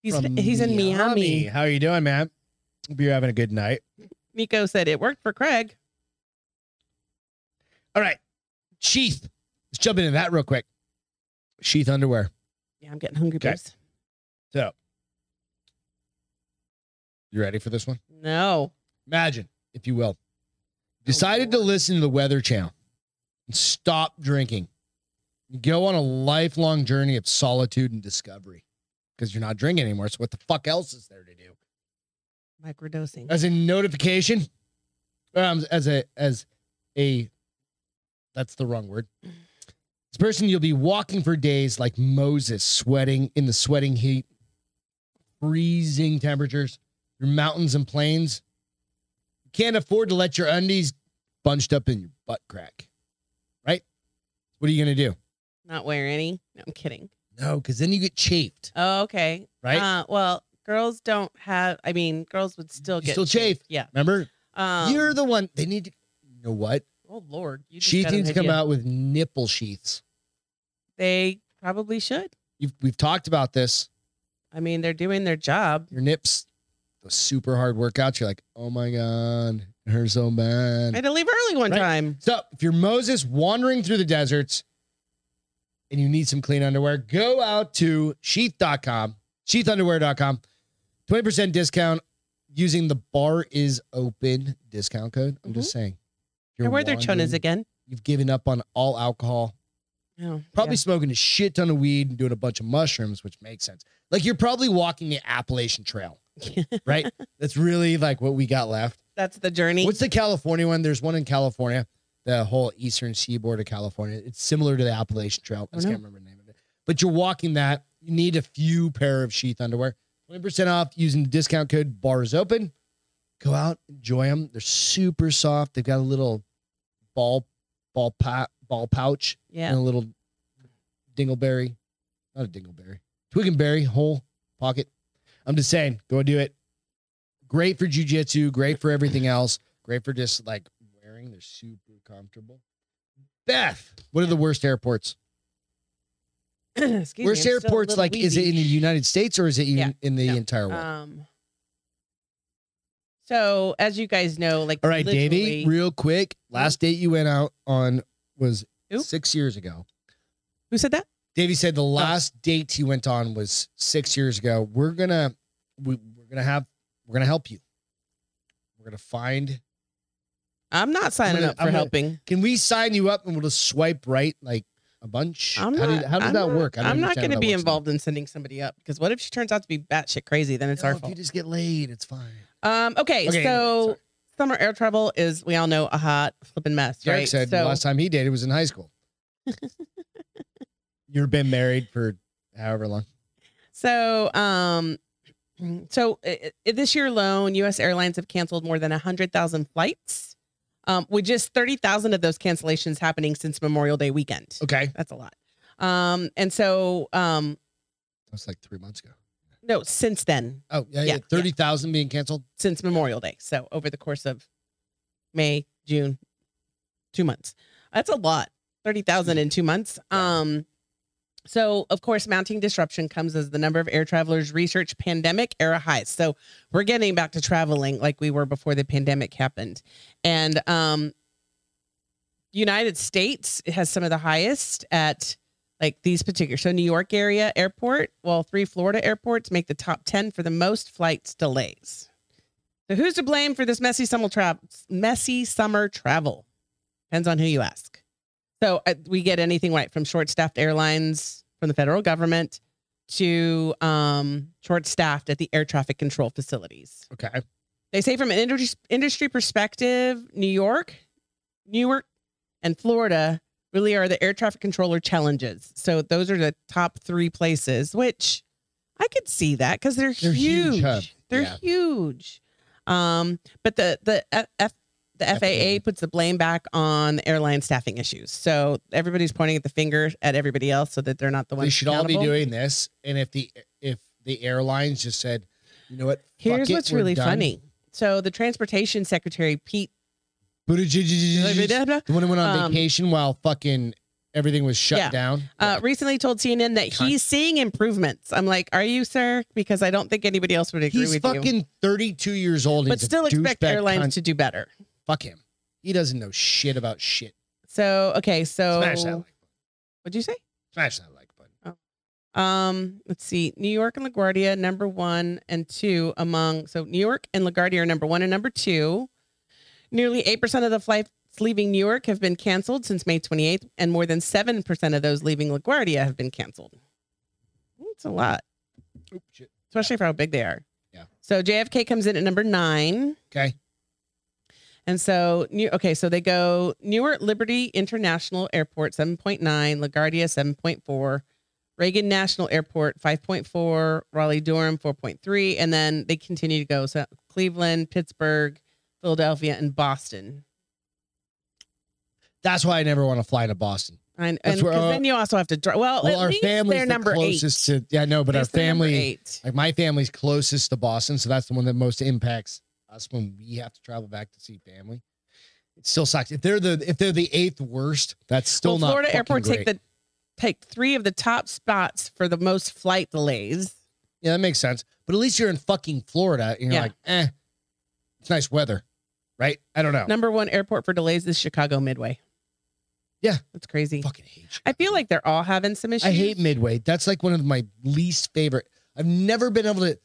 He's
From
he's in Miami.
How are you doing, man? Hope you're having a good night.
Miko said it worked for Craig.
All right, Sheath. Let's jump into that real quick. Sheath underwear.
Yeah, I'm getting hungry,
Okay.
babes.
So, you ready for this one?
No.
Imagine, if you will, decided to listen to the Weather Channel and stop drinking. You go on a lifelong journey of solitude and discovery because you're not drinking anymore. So, what the fuck else is there to do?
Microdosing.
as a notification um, as a as a that's the wrong word this person you'll be walking for days like moses sweating in the sweating heat freezing temperatures through mountains and plains you can't afford to let your undies bunched up in your butt crack right what are you gonna do
Not wear any. No, I'm kidding.
no because then you get chafed
Oh, okay.
right
Uh, well, girls don't have. I mean, girls would still
You
get
still chafe.
Yeah.
remember
Um,
you're the one they need to you know what
Oh Lord. You just
sheath
got an
needs to come
idea.
out with nipple sheaths
They probably should.
You've, we've talked about this.
I mean, they're doing their job.
Your nips, those super hard workouts. You're like, oh my god, it hurts so
I
bad.
had to leave early one
Right.
time.
So if you're Moses wandering through the deserts and you need some clean underwear, go out to sheath.com, sheathunderwear.com, 20% discount using the bar is open discount code. I'm just saying. If
I
you're
wear Mm-hmm. their chonas
wandering,
again.
You've given up on all alcohol.
Oh,
probably smoking a shit ton of weed and doing a bunch of mushrooms, which makes sense. Like you're probably walking the Appalachian Trail, right? That's really like what we got left.
That's the journey.
What's the California one? There's one in California, the whole eastern seaboard of California. It's similar to the Appalachian Trail. I just
Oh, no.
can't remember the name of it. But you're walking that. You need a few pair of sheath underwear. 20% off using the discount code bars open. Go out, enjoy them. They're super soft. They've got a little ball, ball, pot, ball pouch
yeah.
and a little dingleberry, not a dingleberry, twig and berry, whole pocket. I'm just saying, go do it. Great for jujitsu, great for everything else, great for just like wearing. They're super comfortable. Beth, what are the worst airports?
Excuse
worst
me, I'm still a
airports,
little
like, is it in the
wheezy.
United States or is it in,
Yeah,
in the
no,
entire world?
Um. So as you guys know, like
All right, Davey,
Uh, literally- Mm-hmm.
real quick. Last date you went out on was
Who?
six years ago.
who said that?
Davey said the last date he went on was six years ago. We're gonna we, we're gonna have we're gonna help you. We're gonna find.
I'm not signing
gonna-
up for
I'm gonna-
helping.
Can we sign you up and we'll just swipe right like a bunch?
I'm
how,
not,
do, how does
I'm
that
not-
work? I don't
I'm not
understand how
going to
that
be
works.
involved in sending somebody up because what if she turns out to be batshit crazy? Then it's
No,
our
if
fault.
You just get laid. It's fine.
Um. Okay.
Okay,
so
anyway, sorry.
summer air travel is we all know a hot flipping mess,
Derek
right?
said the
so
last time he dated was in high school. You've been married for however long.
so um So i i this year alone, U.S. airlines have canceled more than 100,000 flights, um, with just 30,000 of those cancellations happening since Memorial Day weekend.
Okay.
That's a lot. Um, and so, um,
That's like three months ago.
no, since then,
Oh, yeah,
Yeah,
yeah.
yeah.
30,000 being canceled.
since Memorial Day. So over the course of May, June, two months. That's a lot. 30,000 in two months. Um, so, of course, mounting disruption comes as the number of air travelers research pandemic era highs. So, we're getting back to traveling like we were before the pandemic happened. And um, United States has some of the highest at like these particular. So, New York area airport, while three Florida airports make the top 10 for the most flights delays. So who's to blame for this messy summer travel? Messy summer travel depends on who you ask. So uh, we get anything right from short-staffed airlines, from the federal government, to um, short-staffed at the air traffic control facilities
Okay.
they say from an industry industry perspective, New York, Newark, and Florida really are the air traffic controller challenges. So those are the top three places, which I could see that because they're,
They're huge
huge.
hub,
They're
yeah.
huge. Um, but the the F, F, the
FAA.
FAA puts the blame back on airline staffing issues. So everybody's pointing at the finger at everybody else so that they're not the ones.
We should all be
accountable.
doing this. And if the if the airlines just said, you know what? fuck
Here's
it,
what's
we're
really
done.
funny. So the transportation secretary Pete
Buttigieg- The one who went on
Um,
vacation while fucking everything was shut
yeah.
down.
uh, recently told CNN that
Cunt.
he's seeing improvements. I'm like, are you, sir? Because I don't think anybody else would agree
He's
with you.
fucking 32 years old. and
But
he's a
still expect
douchebag
airlines
cunt.
to do better.
Fuck him. He doesn't know shit about shit.
So okay, so
Smash that like button.
what'd you say?
Smash that like button.
Um, let's see. New York and LaGuardia number one and two among so New York and LaGuardia are number one and number two. Nearly eight percent of the flights leaving New York have been canceled since May 28th, and more than seven percent of those leaving LaGuardia have been canceled. It's a lot,
Oop, shit.
especially for how big they are.
Yeah.
So JFK comes in at number nine.
Okay.
And so, new, okay, so they go Newark Liberty International Airport 7.9, LaGuardia 7.4, Reagan National Airport 5.4, Raleigh Durham 4.3, and then they continue to go. So Cleveland, Pittsburgh, Philadelphia, and Boston.
That's why I never want to fly to Boston.
And,
That's
and
where
'cause
our-
then you also have to drive. Well,
Well,
at
our
least
family's
they're
the
number
closest
eight.
to. Yeah, no, but
At
our
least they're number
family.
eight.
Like my family's closest to Boston, so that's the one that most impacts us when we have to travel back to see family. It still sucks. If they're the if they're the eighth worst, that's still
well,
not.
Florida
fucking
airports
great.
take the take three of the top spots for the most flight delays.
yeah, that makes sense. But at least you're in fucking Florida, and you're
Yeah.
like, eh, it's nice weather, right? I don't know.
Number one airport for delays is Chicago Midway.
Yeah.
That's crazy.
fucking hate. Chicago.
I feel like they're all having some issues.
I hate Midway. That's like one of my least favorite. I've never been able to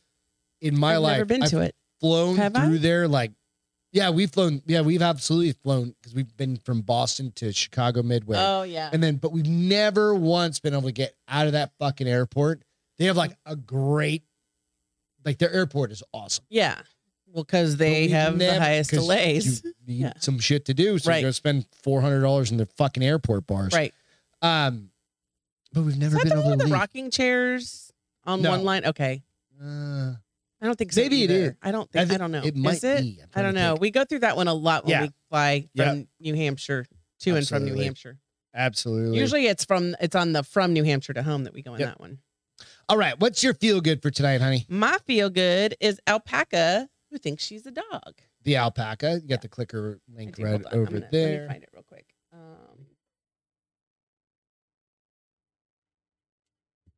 in my
I've
life.
never been
I've
to it.
flown
Have
through
I?
there like yeah we've flown yeah we've absolutely flown because we've been from boston to chicago midway
Oh yeah.
and then but we've never once been able to get out of that fucking airport they have like a great like their airport is awesome
Yeah. Well, because
But
they
we've
have
never-
the highest
'cause
delays.
you need
Yeah.
some shit to do so
Right.
you go spend $400 in the fucking airport bars
Right.
um but we've never
Is that
been
the one
able
with
to
the
leave.
rocking chairs on
No.
one line? Okay.
Uh,
I don't think so.
Maybe it
either.
is.
I don't think I,
thi-
don't know.
it might
is it?
be. I'm
I
trying
don't
to
know.
think.
We go through that one a lot when
Yeah.
we fly
Yeah.
from New Hampshire to and from New
Absolutely.
Hampshire.
absolutely
Usually it's from it's on the from New Hampshire to home that we go in
Yep.
that one.
all right what's your feel good for tonight honey
My feel good is alpaca who thinks she's a dog.
the alpaca. You got the clicker link
I do.
right
Hold on. I'm
over
gonna- Let me
there.
find it real quick. Um,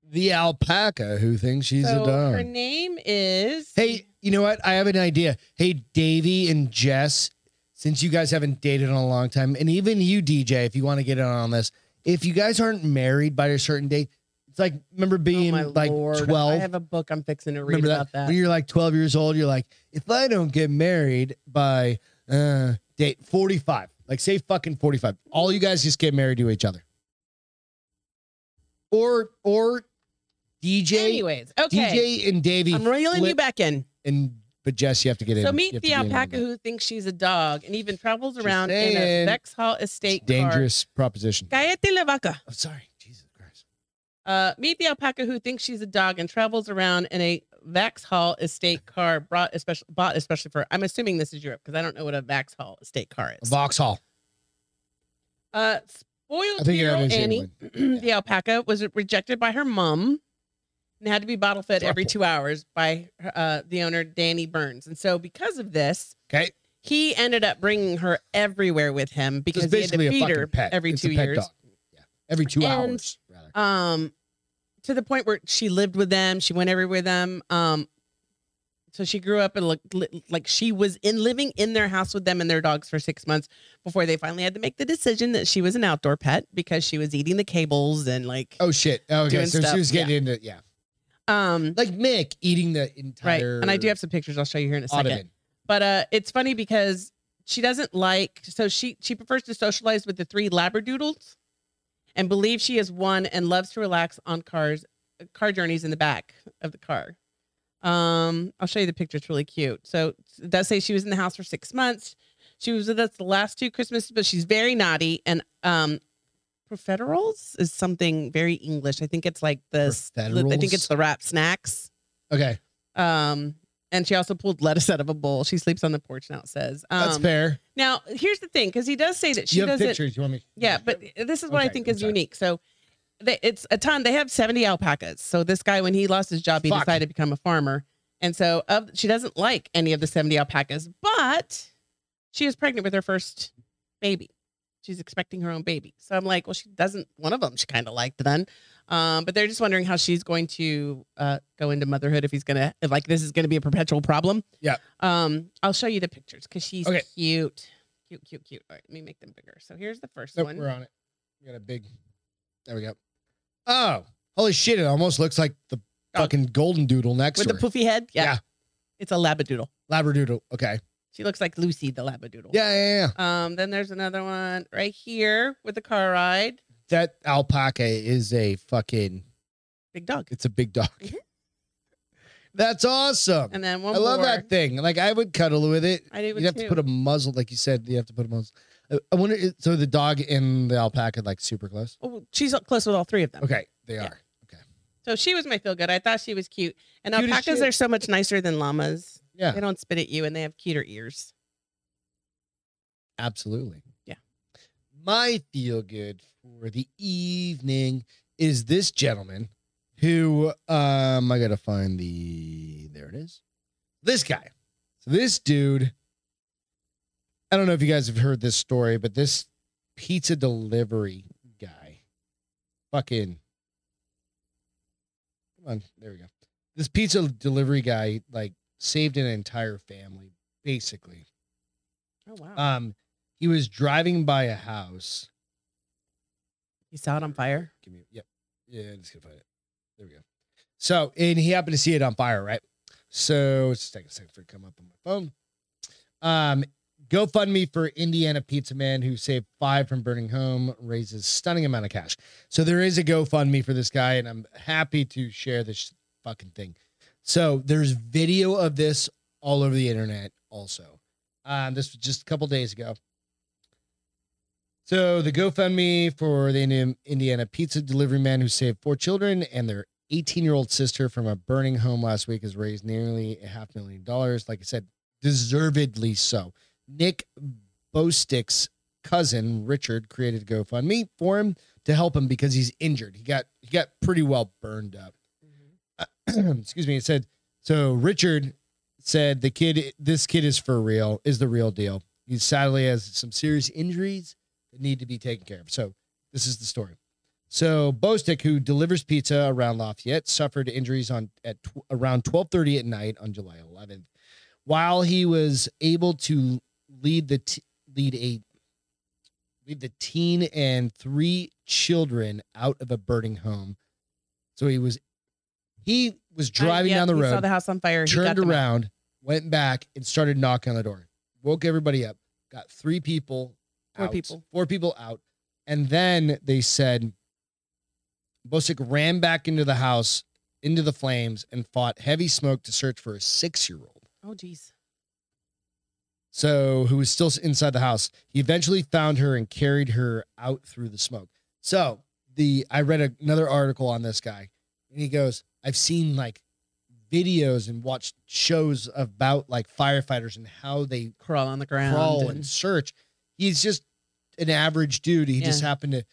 The alpaca who thinks she's
so
a dog.
her name is.
hey, you know what? I have an idea. Hey, Davey and Jess, since you guys haven't dated in a long time, and even you, DJ, if you want to get in on this, if you guys aren't married by a certain date, it's like remember being
Oh, my
like
Lord. I
twelve.
have a book I'm fixing to read
Remember
about that.
when you're like twelve years old, you're like, if I don't get married by uh date forty five, like say fucking forty five, all you guys just get married to each other. Or or DJ
Anyways, okay.
DJ and Davey
I'm reeling you
flip
back in.
and but Jess, you have to get in.
So
You
meet
have to
the
be in on
alpaca
that.
who thinks she's a dog and even travels
Just
around in
saying.
a Vex Hall
It's
estate
a dangerous proposition.
car. Cállate la vaca.
I'm sorry, Jesus Christ.
Uh, meet the alpaca who thinks she's a dog and travels around in a Vauxhall estate car brought especially bought especially for I'm assuming this is Europe because I don't know what a Vauxhall estate car is.
Vauxhall. I
Uh, spoiled
think it
hero
is
Annie,
England.
the alpaca, was rejected by her mom and had to be bottle fed every two hours by uh, the owner Danny Burns. And so, because of this,
Okay.
he ended up bringing her everywhere with him
So
because
it's
he had
basically
to
a
feed
fucking
her
pet.
every
It's a
two
pet
years.
dog. Yeah. Every two
And-
hours. Rather.
um to the point where she lived with them she went everywhere with them um so she grew up and looked li- like she was in living in their house with them and their dogs for six months before they finally had to make the decision that she was an outdoor pet because she was eating the cables and like
Oh shit. Okay.
Doing
So
stuff,
she was getting into yeah.
um
Like Mick eating the
right
entire
and i do have some pictures i'll show you here in a second
ottoman.
but uh it's funny because she doesn't like so she she prefers to socialize with the three labradoodles and believes she is one and loves to relax on cars car journeys in the back of the car um i'll show you the picture it's really cute so it does say she was in the house for six months she was with us the last two christmases but she's very naughty and um profiteroles is something very english i think it's like this i think
Profiteroles?
it's the wrap snacks
Okay.
um, and she also pulled lettuce out of a bowl. She sleeps on the porch now. It says. Um,
That's fair.
Now here's the thing, because he does say that she
you have
doesn't.
pictures. You want me?
Yeah, but this is what I
Okay,
think
I'm
is
sorry.
unique. So they, it's a ton. They have 70 alpacas. So this guy, when he lost his job, he
Fuck.
decided to become a farmer. And so of, she doesn't like any of the 70 alpacas, but she is pregnant with her first baby. She's expecting her own baby. So I'm like, well, she doesn't, one of them she kind of liked then. Um, but they're just wondering how she's going to uh, go into motherhood if he's going to, if like this is going to be a perpetual problem.
Yeah.
Um, I'll show you the pictures because she's
Okay.
cute. Cute, cute, cute. All right, let me make them bigger. So here's the first
Nope,
one.
we're on it. We got a big. There we go. Oh, holy shit! It almost looks like the
Oh.
fucking golden doodle next
With
to
the
her.
poofy head? Yeah.
Yeah.
It's a labradoodle.
Labradoodle. Okay.
She looks like Lucy the labradoodle.
Yeah, yeah, yeah.
Um, then there's another one right here with the car ride.
That alpaca is a fucking.
Big dog.
It's a big dog. That's awesome.
And then one
I love
more.
that thing. Like I would cuddle with it.
I do
You'd have
too.
to put a muzzle, like you said. You have to put a muzzle. I- I wonder. i- So the dog and the alpaca like super close.
oh, she's up close with all three of them.
Okay, they
Yeah.
are.
So she was my feel good. I thought she was cute. And
Cute as
alpacas
shit.
are so much nicer than llamas.
Yeah,
They don't spit at you and they have cuter ears.
absolutely.
Yeah.
My feel good for the evening is this gentleman, who um I gotta find the there it is, this guy. So this dude. I don't know if you guys have heard this story, but this pizza delivery guy, fucking. Come on, there we go. This pizza delivery guy like saved an entire family, basically.
Oh wow.
Um, he was driving by a house.
you saw it on fire?
Give me, yep, yeah, I'm just gonna find it. There we go. So, and he happened to see it on fire, right? So, it's just take a second for it to come up on my phone. Um, GoFundMe for Indiana Pizza Man who saved five from burning home raises stunning amount of cash. So there is a GoFundMe for this guy, and I'm happy to share this fucking thing. So there's video of this all over the internet. Also, um, this was just a couple days ago. So the GoFundMe for the Indian- Indiana pizza delivery man who saved four children and their 18 year old sister from a burning home last week has raised nearly a half million dollars. Like I said, deservedly so. Nick Bostick's cousin Richard created GoFundMe for him to help him because he's injured. He got he got pretty well burned up.
Mm-hmm.
Excuse me. It said so. Richard said the kid, this kid is for real, is the real deal. He sadly has some serious injuries that need to be taken care of. So this is the story. So Bostick, who delivers pizza around Lafayette, suffered injuries on at tw- around 12:30 at night on July 11th. While he was able to lead the t- lead a lead the teen and three children out of a burning home, so he was he was driving
Uh, yeah,
down the
he
road
Saw the house on fire. He got
turned
them out.
around, went back, and started knocking on the door. Woke everybody up. Got three people,
Four
out,
people.
four people out, and then they said, Bosick ran back into the house, into the flames, and fought heavy smoke to search for a six-year-old
Oh geez.
so who was still inside the house. He eventually found her and carried her out through the smoke. So the I read a- another article on this guy, and he goes, "I've seen like videos and watched shows about like firefighters and how they
Crawl on the ground.
crawl
and-
and search. He's just an average dude. He just
Yeah.
happened to,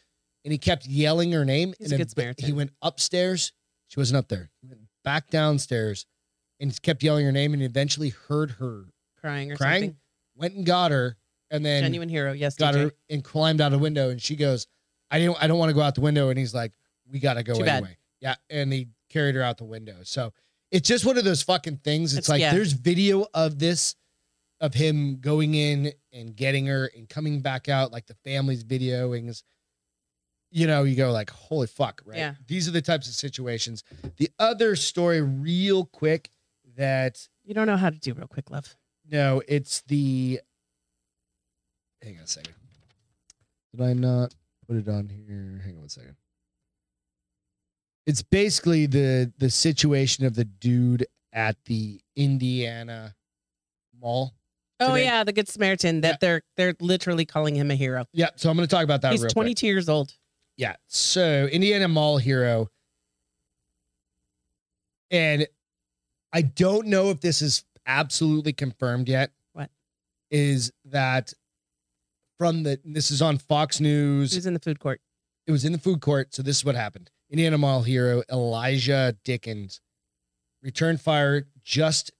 and he kept yelling her name.
He's a
and then
good Samaritan.
he went upstairs. She wasn't up there. He went back downstairs and kept yelling her name and eventually heard her
crying or
crying,
something.
went and got her, and then
Genuine hero. Yes,
got
DJ.
her and climbed out a window. And she goes, I don't, I don't want to go out the window. And he's like, we got to go
Too bad.
anyway. Yeah. And he carried her out the window. So it's just one of those fucking things. It's,
It's-
like
yeah.
there's video of this, of him going in and getting her and coming back out, like the family's videoings. You know, you go like, holy fuck, right?
Yeah.
These are the types of situations. The other story, real quick, that
You don't know how to do real quick love.
no, it's the. Hang on a second. Did I not put it on here? Hang on one second. It's basically the the situation of the dude at the Indiana mall.
Oh
Today.
yeah, the Good Samaritan. That
Yeah.
they're they're literally calling him a hero.
Yeah, so I'm going to talk about that.
He's
real quick.
22 years old.
Yeah. So Indiana Mall Hero. And I don't know if this is absolutely confirmed yet.
What?
Is that from the this is on Fox News.
He was in the food court.
It was in the food court. So this is what happened. Indiana Mall hero Elijah Dickens returned fire just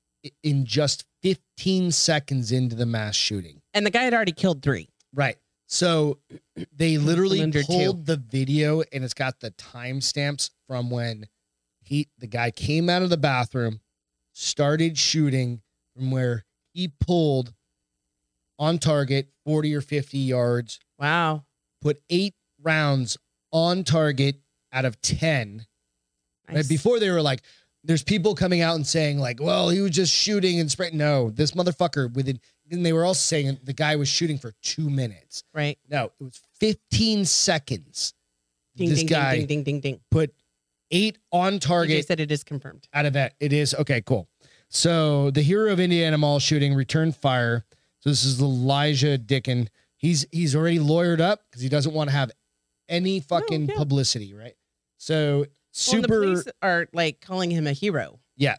in just 15 seconds into the mass shooting.
And the guy had already killed three.
Right. So they literally
Cylinder two.
pulled the video and it's got the timestamps from when he the guy came out of the bathroom, started shooting from where he pulled on target 40 or 50 yards,
Wow.
put 8 rounds on target out of 10.
Nice.
Right? Before they were like there's people coming out and saying like, "Well, he was just shooting and spraying." No, this motherfucker within and they were all saying the guy was shooting for 2 minutes.
right.
No, it was 15 seconds.
Ding
this
ding,
guy
ding ding ding ding ding.
put eight on
DJ
target
said it is confirmed.
out of that. It is okay, cool. So the hero of Indiana Mall shooting returned fire. So this is Elijah Dickin. He's he's already lawyered up because he doesn't want to have any fucking
yeah.
publicity, right? So
Well, and
super.
the police are like calling him a hero.
Yeah.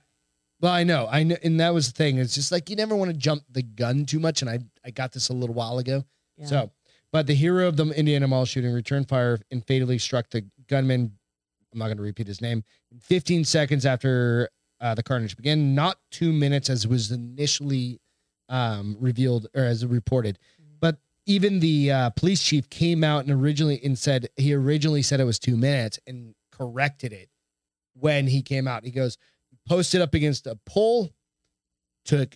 Well, I know. I know and that was the thing. It's just like you never want to jump the gun too much. And I I got this a little while ago.
Yeah.
So but the hero of the Indiana Mall shooting returned fire and fatally struck the gunman. I'm not going to repeat his name. 15 seconds after uh, the carnage began, not two minutes as was initially um, revealed or as reported. But even the uh, police chief came out and originally and said he originally said it was two minutes and corrected it when he came out. He goes, posted up against a pole, took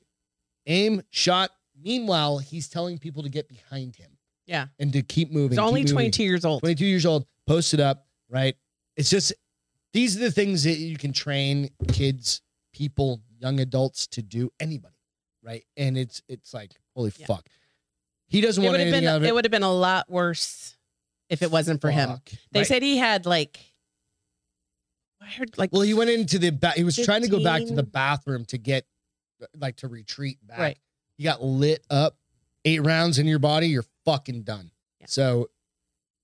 aim, shot. Meanwhile, he's telling people to get behind him
yeah.
and to keep moving.
He's only
keep moving.
22 years old.
22 years old, posted up, right? It's just these are the things that you can train kids, people, young adults to do, anybody, right? And it's it's like, holy
Yeah.
fuck. He doesn't
It
want
would have
anything
been
out of
it
it.
would have been a lot worse if it wasn't for him.
Fuck,
They
right?
said he had like I heard like
well, he went into the ba- he was trying to go back to the
15.
bathroom to get like to retreat back.
Right.
You got lit up, eight rounds in your body, you're fucking done.
Yeah.
So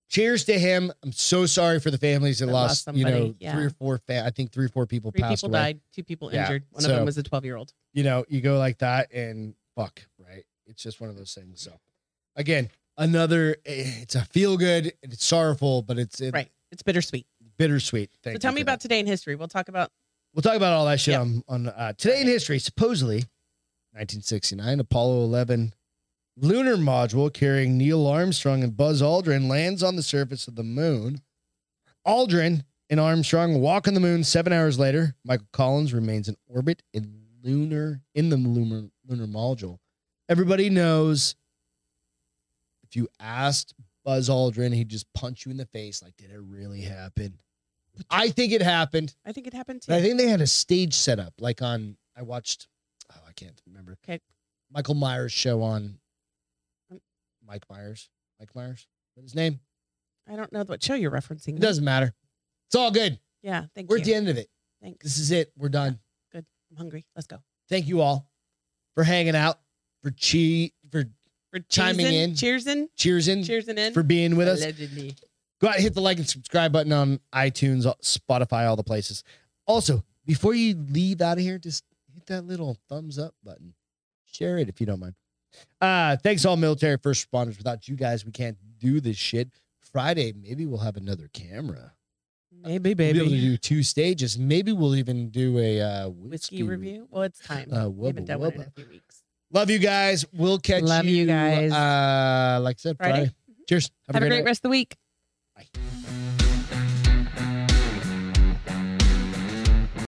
cheers to him. I'm so sorry for the families that,
That
lost,
lost
you know,
somebody, yeah.
three or four fa- I think three or four people
three
passed
people
away.
died, two people
Yeah,
injured. One
so-
of them was a 12 year old.
you know, you go like that and fuck, right? It's just one of those things. So again, another eh, it's a feel good and it's sorrowful, but it's it's
Right. It's bittersweet.
bittersweet. Thank
So
you
tell me
for
about
that.
today in history. We'll talk about
We'll talk about all that shit
Yeah.
on on uh, today in history. Supposedly, 1969, Apollo 11 lunar module carrying Neil Armstrong and Buzz Aldrin lands on the surface of the moon. Aldrin and Armstrong walk on the moon seven hours later. Michael Collins remains in orbit in lunar in the lunar lunar module. Everybody knows if you asked Buzz Aldrin, he'd just punch you in the face like, did it really happen? I think it happened.
I think it happened too.
But I think they had a stage set up, like on I watched oh I can't remember.
Okay.
Michael Myers show on
Um,
Mike Myers. Mike Myers. What his name?
I don't know what show you're referencing.
It doesn't matter. It's all good.
Yeah, Mm-hmm. thank
We're
you.
at the end of it.
Thanks.
This is it. We're done.
Good. I'm hungry. Let's go.
Thank you all for hanging out, for che- for
For
Chiming
cheersing-
in.
Cheersing.
cheersing,
Cheersing in.
for being with us.
Allegedly.
Go out, hit the like and subscribe button on iTunes, Spotify, all the places. Also, Before you leave out of here, just hit that little thumbs up button. Share it if you don't mind. Uh, thanks to all military first responders. Without you guys, we can't do this shit. Friday, maybe we'll have another camera.
Maybe,
We'll be able to
baby.
do two stages. Maybe we'll even do a uh,
Whiskey review. Well, it's time.
Uh,
we haven't
wubba
done one in
wubba.
a few weeks.
Love you guys. We'll catch
Love you guys.
Uh, like I said, Friday.
Friday.
Cheers.
Have a
night.
great rest of the week.
Bye.